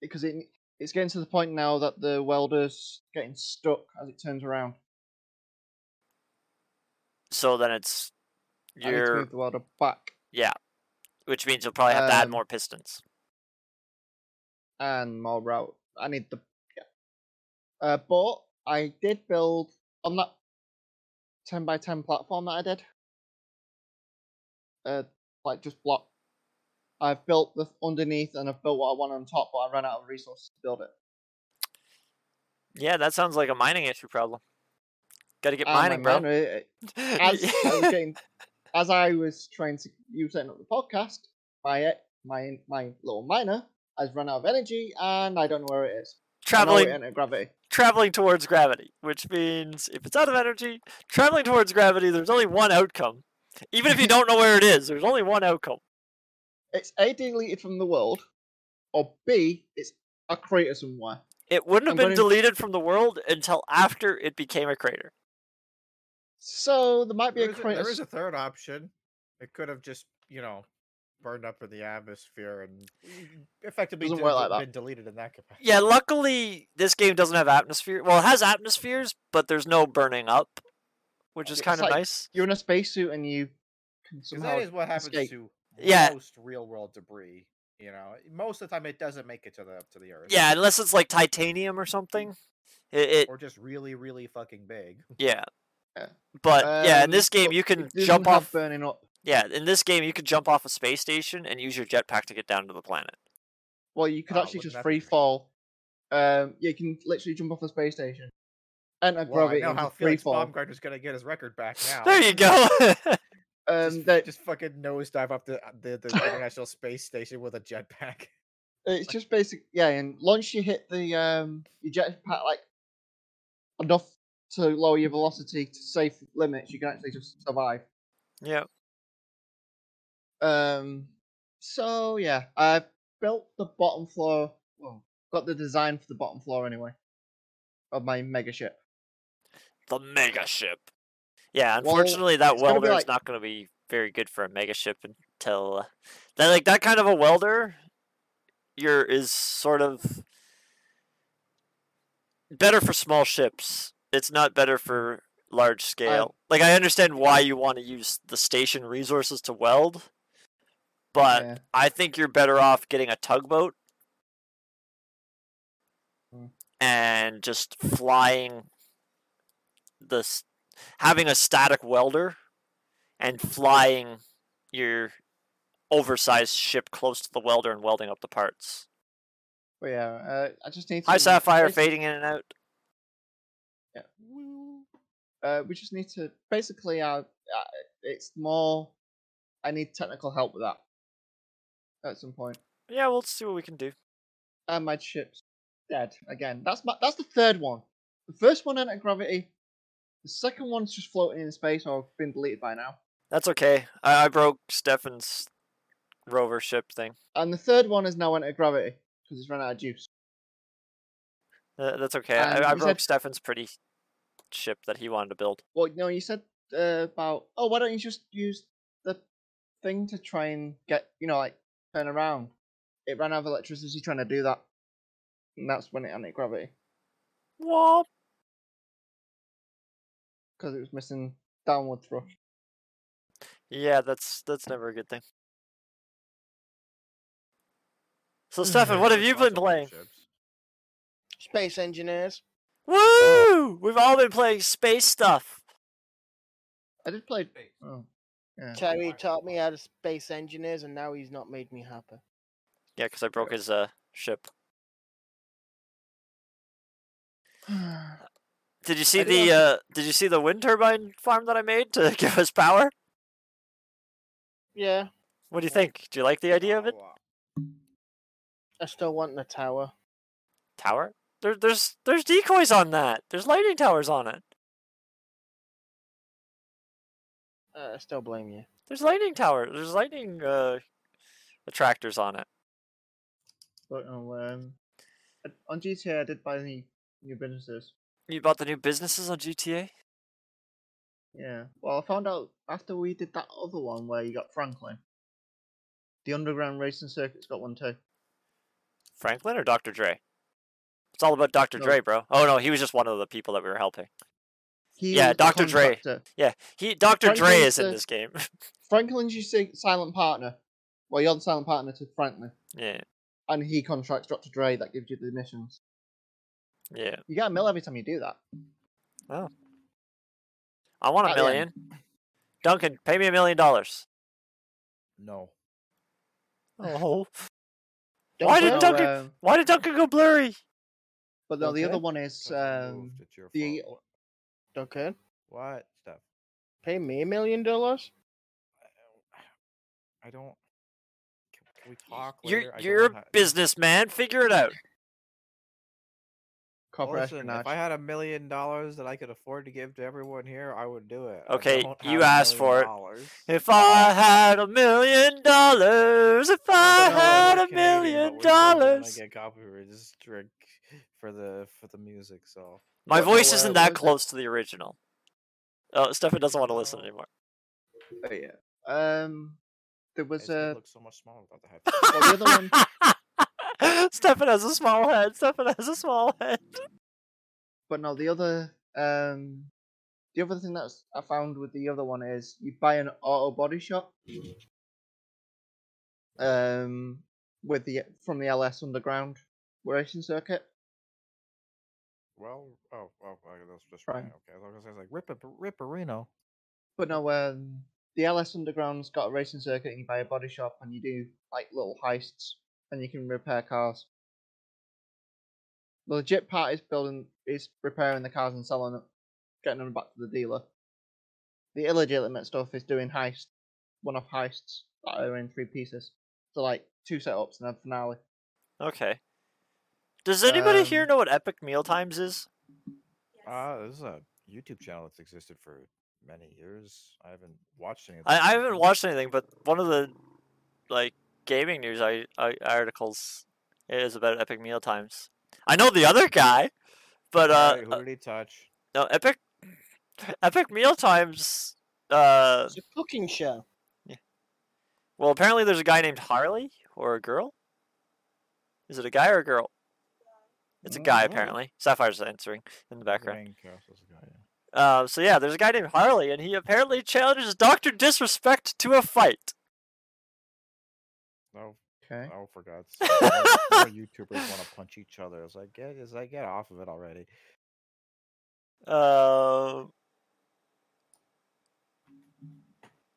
because it it's getting to the point now that the welder's getting stuck as it turns around.
so then it's
I need to
your
move the welder back,
yeah, which means you'll probably have to add
Um,
more pistons.
and more route. I need the. Yeah. Uh, but I did build on that ten by ten platform that I did. Uh, like just block. I've built the underneath and I've built what I want on top, but I ran out of resources to build it.
Yeah, that sounds like a mining issue problem. Got to get
Ah, my
mining, bro.
man, uh, As I was getting, as I was trying to, you were setting up the podcast, my e- my my little miner has run out of energy and I don't know where it is. I know
Traveling
it entered gravity.
traveling towards gravity, which means if it's out of energy, traveling towards gravity, there's only one outcome. Even if you don't know where it is, there's only one outcome.
It's a deleted from the world, or b it's a crater somewhere.
It wouldn't have
I'm
been
gonna-
deleted from the world until after it became a crater.
So there might be
There
a
is a-
crater.
there is
s-
a third option. It could have just, you know, burned up in the atmosphere and mm, effectively
Doesn't
d-
work
d-
like that.
been deleted in that capacity.
Yeah, luckily this game doesn't have atmosphere. Well, it has atmospheres, but there's no burning up, which is
It's
kind of
like-
nice.
You're in a spacesuit and you can
Because
somehow.
that is what happens
escape.
to
Yeah.
most real world debris. You know, most of the time it doesn't make it to the to the earth.
Yeah, unless it's like titanium or something. It, it
Or just really, really fucking big.
yeah.
Yeah.
But yeah, in
Um,
this game
but
you
it
can
doesn't
jump
have
off.
burning up.
Yeah, in this game you can jump off a space station and use your jetpack to get down to the planet.
Well, you could
Oh,
actually
wouldn't
just
that be
free
great?
fall. Um, you can literally jump off a space station. Enter
Well, I
gravity
know
into
how
free
Felix
fall.
Baumgartner's gonna get his record back now.
There you go.
Um,
Just,
that
just fucking nosedive up the, uh, the the International Space Station with a jetpack.
it's just basic, yeah. And once you hit the um, your jetpack like enough to lower your velocity to safe limits, you can actually just survive.
yeah.
Um, so yeah, I've built the bottom floor. Well, got the design for the bottom floor anyway of my mega ship.
The mega ship. Yeah,
Well,
unfortunately that
it's gonna be
welder is
like-
not going to be very good for a mega ship until uh, that like that kind of a welder your is sort of better for small ships. It's not better for large scale. like I understand why you want to use the station resources to weld, but
yeah.
I think you're better off getting a tugboat
Mm.
and just flying this having a static welder and flying your oversized ship close to the welder and welding up the parts.
But yeah, uh, I just need.
Hi
some
Sapphire
basic-
fading in and out.
Uh, we just need to basically. Uh, uh, it's more. I need technical help with that. At some point,
Yeah, we'll see what we can do.
and uh, my ship's dead again. That's my. That's the third one. The first one anti gravity. The second one's just floating in space or been deleted by now.
That's okay. I, I broke Stefan's rover ship thing.
And the third one is now anti gravity because he's run out of juice.
Uh, that's okay.
Um,
I, I
you
broke
said-
Stefan's pretty ship that he wanted to build.
Well, no, you said uh, about oh, why don't you just use the thing to try and get you know like turn around? It ran out of electricity trying to do that, and that's when it anti gravity
Womp.
because it was missing downward thrust.
Yeah, that's that's never a good thing. So Stefan, what have you been playing?
Space engineers.
Woo! We've all been playing space stuff.
I did play. Oh, yeah.
Terry taught me how to space engineers, and now he's not made me happy.
Yeah, because I broke his uh ship. Did you
do
see the uh did you see the wind turbine farm that I made to give us power?
Yeah,
What do you think? Do you like the idea
Oh,
of it?
uh,
I still want the tower.
Tower? There, there's there's decoys on that. There's lighting towers on it.
Uh, I still blame you.
There's lightning tower. There's lightning uh attractors on it.
But no, um, I- on GTA I did buy the new businesses.
You bought the new businesses on GTA?
Yeah. Well, I found out after we did that other one where you got Franklin. The underground racing circuit's got one too.
Franklin or Dr. Dre? It's all about Dr.
No.
Dre, bro. Oh no, he was just one of the people that we were helping.
He
Yeah,
was the
Dr. Dre.
contractor.
He Dr. Dre
Franklin's
is in
the-
this game.
Franklin's your si- silent partner. Well, you're the silent partner to Franklin,
yeah,
and he contracts Dr. Dre. That gives you the missions.
yeah.
You get a mill every time you do that.
I want a
At the end.
million. Duncan, pay me a million dollars.
No.
Oh.
But
Why did
no,
Duncan?
um,
Why did Duncan go blurry?
but no, the
Okay.
other one is um, the- fault.
Duncan,
What stuff?
pay me a million dollars.
I don't. Can can we talk
You're
later? I don't
you're a
ha-
businessman. Figure it out.
corporate
Listen,
espionage.
if I had a million dollars that I could afford to give to everyone here, I would do it. I
Okay,
don't
you
have a
asked for
million
it.
dollars.
If I had a million dollars, if I
don't know,
had
we're
a
Canadian,
million
but we're still gonna
dollars,
Get copyright strike for the for the music. So
my
But no,
voice
uh,
isn't
what
that
is it?
close to the original. Oh, Stefan doesn't want to listen
Oh.
anymore.
Oh, yeah. Um, there
his
was
head
a
looks so much smaller without the head.
Well, the other
Stefan has a small head. Stefan has a small head.
but no, the other um, the other thing that's I found with the other one is you buy an auto body shop, um, with the from the LS underground racing circuit.
well, oh, oh, okay, that's just
Right.
right. Okay, I was gonna say it's like Rip Ripperino.
But no, um, the LS Underground's got a racing circuit, and you buy a body shop, and you do like little heists, and you can repair cars. The legit part is building, is repairing the cars and selling them, getting them back to the dealer. The illegitimate stuff is doing heists, one-off heists that are in three pieces, so like two setups and a finale.
Okay. Does anybody here
Um,
know what Epic Meal Times is?
Uh, this is a YouTube channel that's existed for many years. I haven't watched any. Of
I,
this
I
stuff.
haven't watched anything, but one of the like gaming news I, I articles is about Epic Meal Times. I know the other guy, but uh,
Alright, who did he touch?
no Epic Epic Meal Times. Uh,
It's a cooking show.
well, apparently there's a guy named Harley or a girl. Is it a guy or a girl? It's a
Mm,
guy
alright.
apparently. Sapphire's answering in the
The
background.
main cast was the guy, yeah.
Uh, so yeah, there's a guy named Harley, and he apparently challenges Doctor Disrespect to a fight.
No,
Okay.
oh, for God's sake! More, more YouTubers want to punch each other. It's like get, it's like get off of it already.
Um.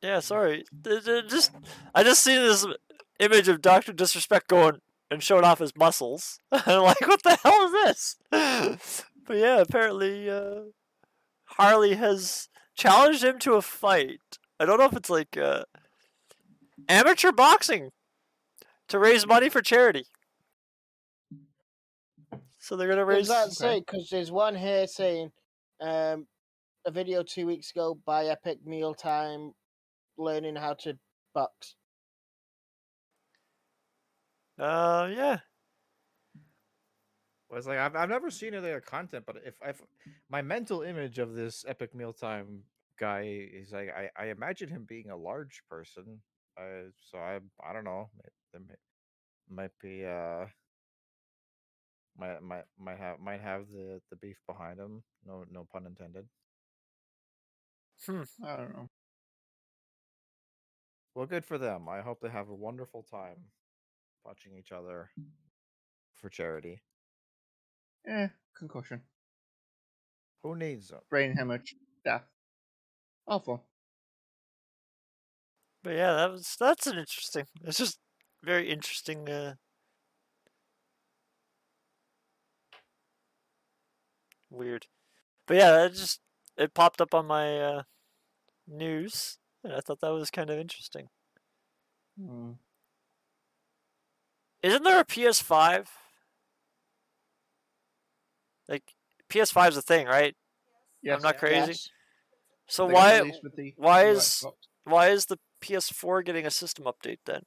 yeah, sorry. Th- th- Just, I just seen this image of Doctor Disrespect going and showing off his muscles. I'm like, what the hell is this? But yeah, apparently uh, Harley has challenged him to a fight. I don't know if it's like uh, amateur boxing to raise money for charity. So they're gonna
Does
raise.
that say? Because there's one here saying, um, a video two weeks ago by Epic Mealtime, learning how to box.
Uh, yeah.
was like I've, I've never seen any of their content, but if I my mental image of this epic mealtime guy is like I, I imagine him being a large person. Uh, so I I don't know. It, it may- might be uh might might might have might have the the beef behind him. No no pun intended.
I don't know.
Well, good for them. I hope they have a wonderful time punching each other for charity.
Eh, concussion,
Who needs them?
brain hemorrhage, death. Awful.
But yeah, that was that's an interesting. It's just very interesting. Uh, weird, but yeah, it just it popped up on my uh, news, and I thought that was kind of interesting.
Hmm.
Isn't there a PS5? Like PS5's a thing, right?
Yes,
not crazy.
Yes.
So
they got
why
released with the
why
new
is-
Xbox,
why is the PS4 getting a system update then?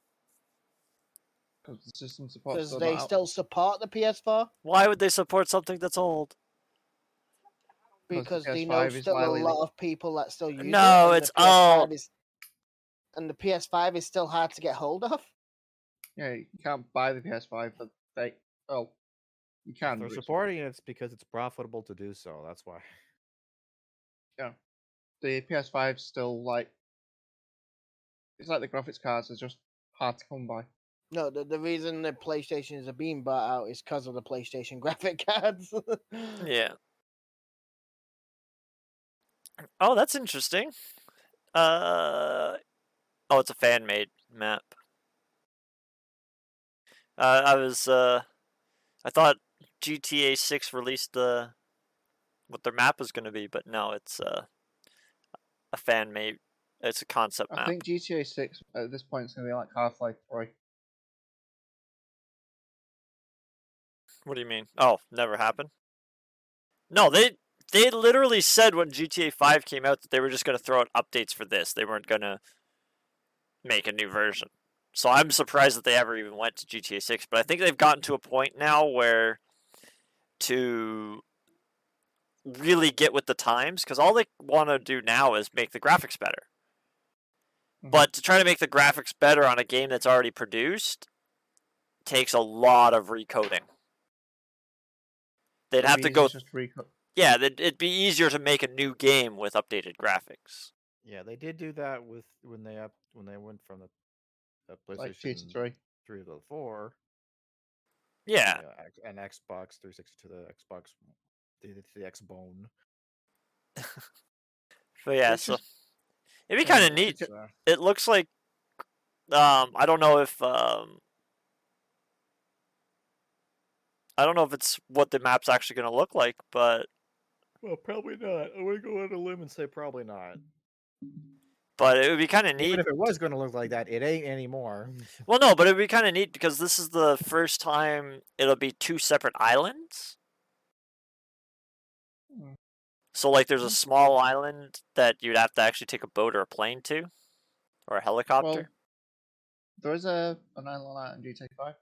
'cause the system support
Because
still
they
not out.
still support the PS4
Why would they support something that's old?
the
because they know
PS5 is
still a
widely-
lot of people that still use it.
No,
and the
it's all-
PS5 is- and the PS5 is still hard to get hold of.
Yeah, you can't buy the PS5, but they oh, you
If
can.
they're
but it's-
supporting it, it's because it's profitable to do so. That's why.
the PS5 's still like it's like the graphics cards are just hard to come by.
No, the, the reason the PlayStations are being bought out is because of the PlayStation graphic cards.
Yeah. Oh, that's interesting. Uh, oh, it's a fan made map. Uh, I was uh, I thought GTA Six released the what their map was going to be, but no, it's uh, a fan made. It's a concept
I
map.
think GTA 6 at this point is going to be like Half Life 3.
What do you mean? Oh, never happened. No, they they literally said when GTA Five came out that they were just going to throw out updates for this. They weren't going to make a new version. So I'm surprised that they ever even went to GTA Six. But I think they've gotten to a point now where to really get with the times, because all they want to do now is make the graphics better.
Mhm.
But to try to make the graphics better on a game that's already produced takes a lot of recoding. They'd
It'd
have
be
to
easier
go
just to reco-
Yeah, it'd, it'd be easier to make a new game with updated graphics.
Yeah, they did do that with when they up when they went from the uh,
like
PlayStation
GTA 3.
three to the four,
Yeah,
you know, X- and Xbox three sixty to the Xbox, the the- the X Bone.
but yeah,
It's
so
just-
it'd be
yeah,
kind of neat.
it's-
So,
It looks like, um, I don't know if, um, I don't know if it's what the map's actually going to look like, but
well, probably not. I would go on a limb and say probably not.
but it would be kind of neat.
Even if it was going to look like that, it ain't anymore.
Well, no, but it'd be kind of neat because this is the first time it'll be two separate islands.
Mm.
So, like, there's a small island that you'd have to actually take a boat or a plane to, or a helicopter.
Well, there is a, an island out in GTA 5.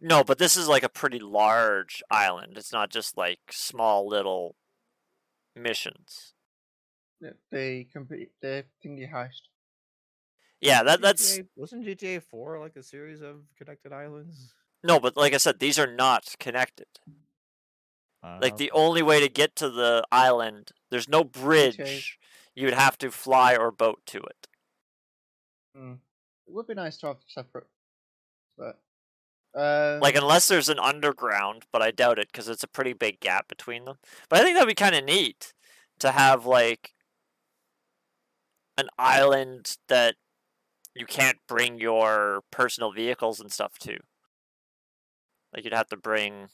No, but this is like a pretty large island. It's not just like small little missions.
The, the, complete, the thingy heist.
Yeah, that that's
GTA wasn't GTA four like a series of connected islands.
no, but like I said, these are not connected.
Uh,
Oh,
Like the only way to get to the island, there's no bridge. You would have to fly or boat to it.
Mm. It would be nice to have separate. But. Uh,
Like unless there's an underground, but I doubt it because it's a pretty big gap between them. But I think that'd be kind of neat to have like an island that you can't bring your personal vehicles and stuff to. Like you'd have to bring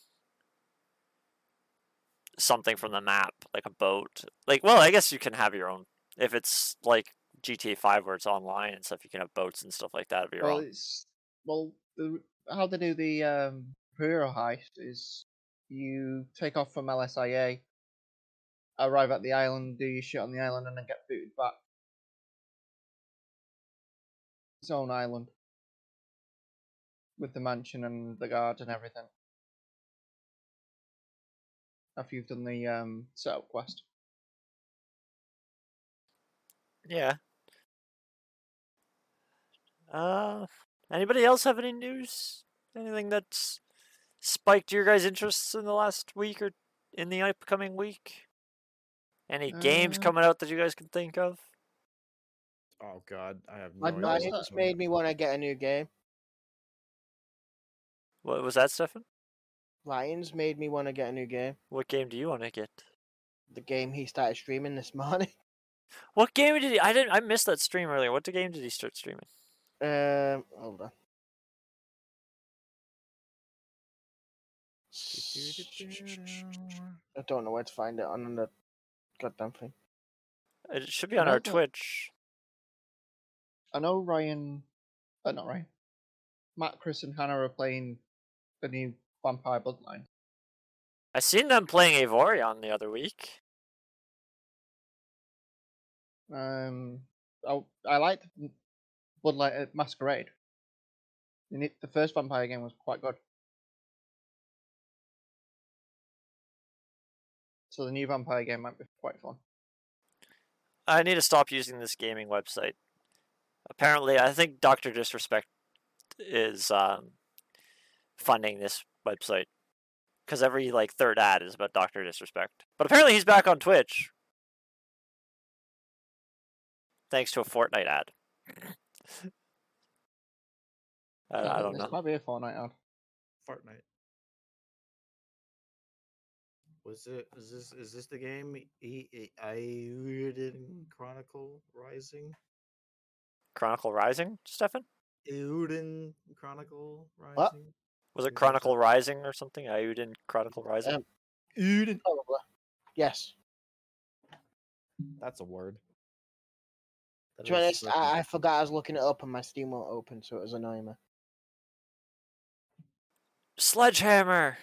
something from the map, like a boat. Like, well, I guess you can have your own if it's like GTA Five where it's online and stuff. You can have boats and stuff like that of your
Well,
own.
it's well the, how they do the um, Pereira heist is you take off from LSIA, arrive at the island, do your shit on the island, and then get booted back. Its own island with the mansion and the guard and everything. After you've done the um, setup quest,
Yeah. Uh, anybody else have any news? Anything that's spiked your guys' interests in the last week or in the upcoming week? Any games
Uh,
coming out that you guys can think of?
Oh god, I have no
My
idea.
I
mind
thought-
what's
just
going
made me want to get a new game.
What was that, Stefan?
Ryan's made me want to get a new game.
What game do you want to get?
The game he started streaming this morning.
What game did he? I didn't. I missed that stream earlier. What game did he start streaming?
Um, hold on.
on.
I don't know where to find it on the goddamn thing.
It should be on our
Another-
Twitch.
I know Ryan, uh, not Ryan, Matt, Chris, and Hannah are playing the new Vampire Bloodline.
I seen them playing Avorion the other week.
Um, I I liked M- Bloodlight uh, Masquerade. And it, the first vampire game was quite good. So the new vampire game might be quite fun.
I need to stop using this gaming website. Apparently, I think Doctor Disrespect is um, funding this website because every like third ad is about Doctor Disrespect. But apparently, he's back on Twitch thanks to a Fortnite ad. I, I don't
this
know.
might be a Fortnite ad.
Fortnite. Was it? Is this? Is this the game? E- E- I Euden Chronicle Rising.
Chronicle Rising, Stefan.
Euden Chronicle Rising.
What?
Was it
Is that
Chronicle
something-
Rising or something? Iuden Chronicle Rising?
Um, Probably. Yes.
That's a word. That
To be
is
honest,
freaking-
I, I forgot I was looking it up and my Steam won't open, so it was annoying me.
Sledgehammer!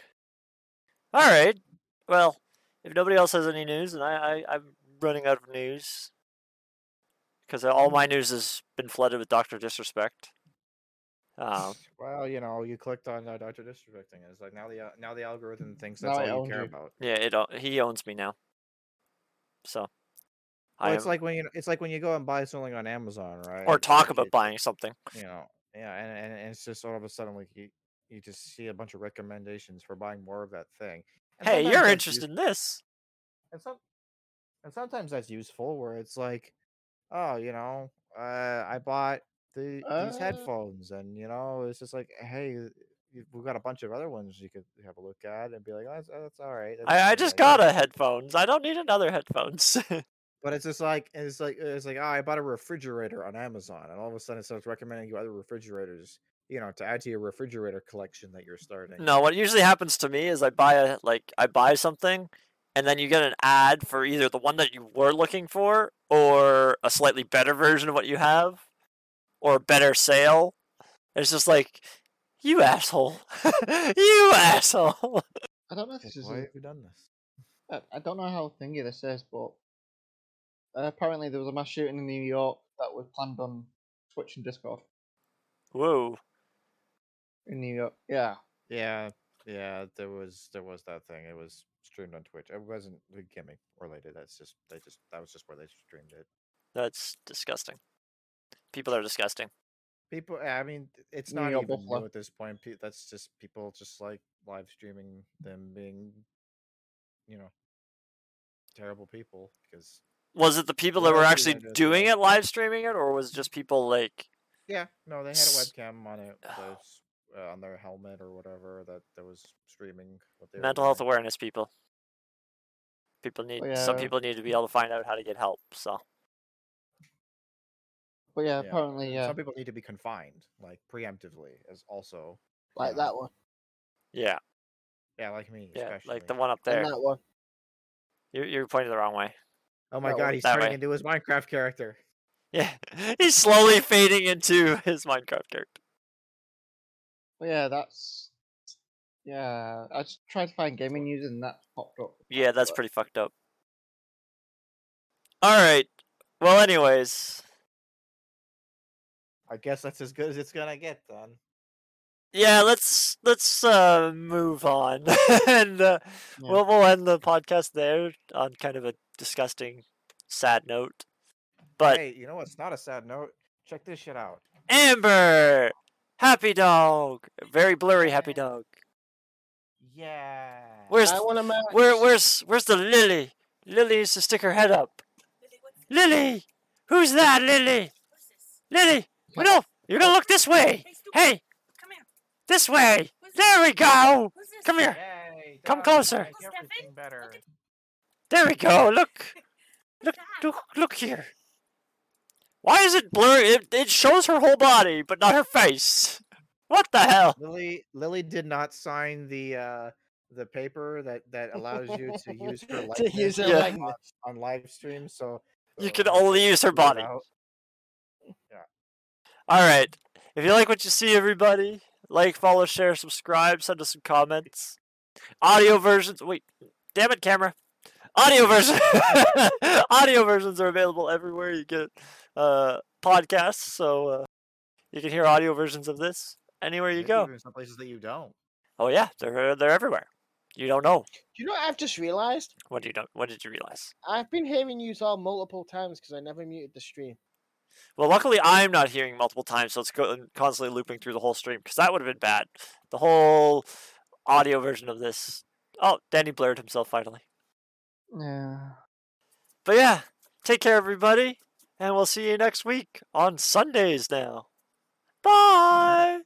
Alright. Well, if nobody else has any news, and I, I, I'm running out of news. Because all my news has been flooded with Dr. Disrespect. Um,
Well, you know, you clicked on uh, Doctor Disrespecting. It's like now the al- now the algorithm thinks
Now
that's
I
all
owned
you care
you.
about.
yeah, it o- he owns me now. So.
Well,
I
it's
am-
like when you it's like when you go and buy something on Amazon, right?
or
It's
talk
like
about
it-
buying something.
you know, yeah, and, and, and it's just all of a sudden like you, you just see a bunch of recommendations for buying more of that thing. And
Hey,
sometimes
you're
that's
interested in this.
and some and sometimes that's useful where it's like oh you know uh i bought the these
Uh,
headphones and you know it's just like hey you- we've got a bunch of other ones you could have a look at and be like oh that's, oh, that's all right that's
I, I
good,
just
guess."
got a headphones. I don't need another headphones.
but it's just like it's like it's like oh i bought a refrigerator on amazon and all of a sudden it starts recommending you other refrigerators you know to add to your refrigerator collection that you're starting
No, what usually happens to me is I buy a like I buy something and then you get an ad for either the one that you were looking for or a slightly better version of what you have or a better sale. And it's just like you asshole. you asshole.
I don't know if
Like,
this is.
why
in-
have you done this
I I don't know how thingy this is, but uh, apparently there was a mass shooting in New York that was planned on Twitch and Discord
Whoa.
in New York. Yeah,
Yeah, yeah, there was there was that thing. It was streamed on Twitch. It wasn't the gimmick related. That's just they just that was just where they streamed it.
That's disgusting. People are disgusting.
People, I mean, it's
New
not
York
even
Buffalo.
new at this point. pe- That's just people just like live streaming them being, you know, terrible people because
Was it the people that
What
were
else did I
actually
do as
doing
well?
it live streaming it or was it just people like
yeah, no, they had a
S-
webcam on it those, uh, on their helmet or whatever that that was streaming what they
mental
were
health
doing.
awareness people? People need some
yeah.
people need
Mm.
to be able to find out how to get help, so
but yeah,
Yeah,
apparently
and
yeah.
some people need to be confined like preemptively as also
Like
Yeah.
that one.
yeah.
yeah, like me
Yeah,
especially.
like the one up there.
And that one.
You're, you're pointing the wrong way.
Oh my
That
god,
way.
he's
That
turning
way.
into his Minecraft character.
Yeah, he's slowly fading into his Minecraft character.
But yeah, that's yeah. I just tried to find gaming news and that popped up.
Yeah, that's pretty fucked up. All right. Well, anyways,
I guess that's as good as it's gonna get then.
yeah. Let's let's uh, move on, and uh,
Yeah.
we'll we'll end the podcast there on kind of a disgusting, sad note. But
hey, you know what's not a sad note? Check this shit out.
Amber, happy dog, very blurry happy dog.
Yeah.
Where's
I want to match.
Where, where's where's the Lily? Lily used to stick her head up. Lily, who's that, Lily?
What's this?
Lily, no, you're gonna look this way.
Hey, stupid.
Hey,
Come here.
this way.
Who's this?
There we go.
Who's this?
Come here.
Yay,
Come
dogs
closer.
make
Stefan,
everything
look
better.
at-
There we go. Look,
What's that?
look, look here. Why is it blurry? It, it shows her whole body, but not her face. What the hell?
Lily Lily did not sign the uh the paper that that allows you to use her
To
likeness
use her
Yeah.
on,
likeness.
on live stream, so
You
uh,
can
we'll
only use her
leave it
body.
out.
All right. If you like what you see, everybody, like, follow, share, subscribe, send us some comments. Audio versions. Wait, damn it, camera. Audio version. Audio versions are available everywhere you get uh, podcasts, so uh, you can hear audio versions of this anywhere you
There's
go.
e even some places that you don't.
Oh yeah, they're they're everywhere. You don't know.
Do you know what I've just realised?
What do you don't? What did you realize?
I've been hearing you all multiple times because I never muted the stream.
Well, luckily I'm not hearing multiple times, so it's go- constantly looping through the whole stream because that would have been bad. The whole audio version of this. Oh, Danny blurred himself finally.
Yeah.
But yeah, take care, everybody, and we'll see you next week on Sundays now. Bye.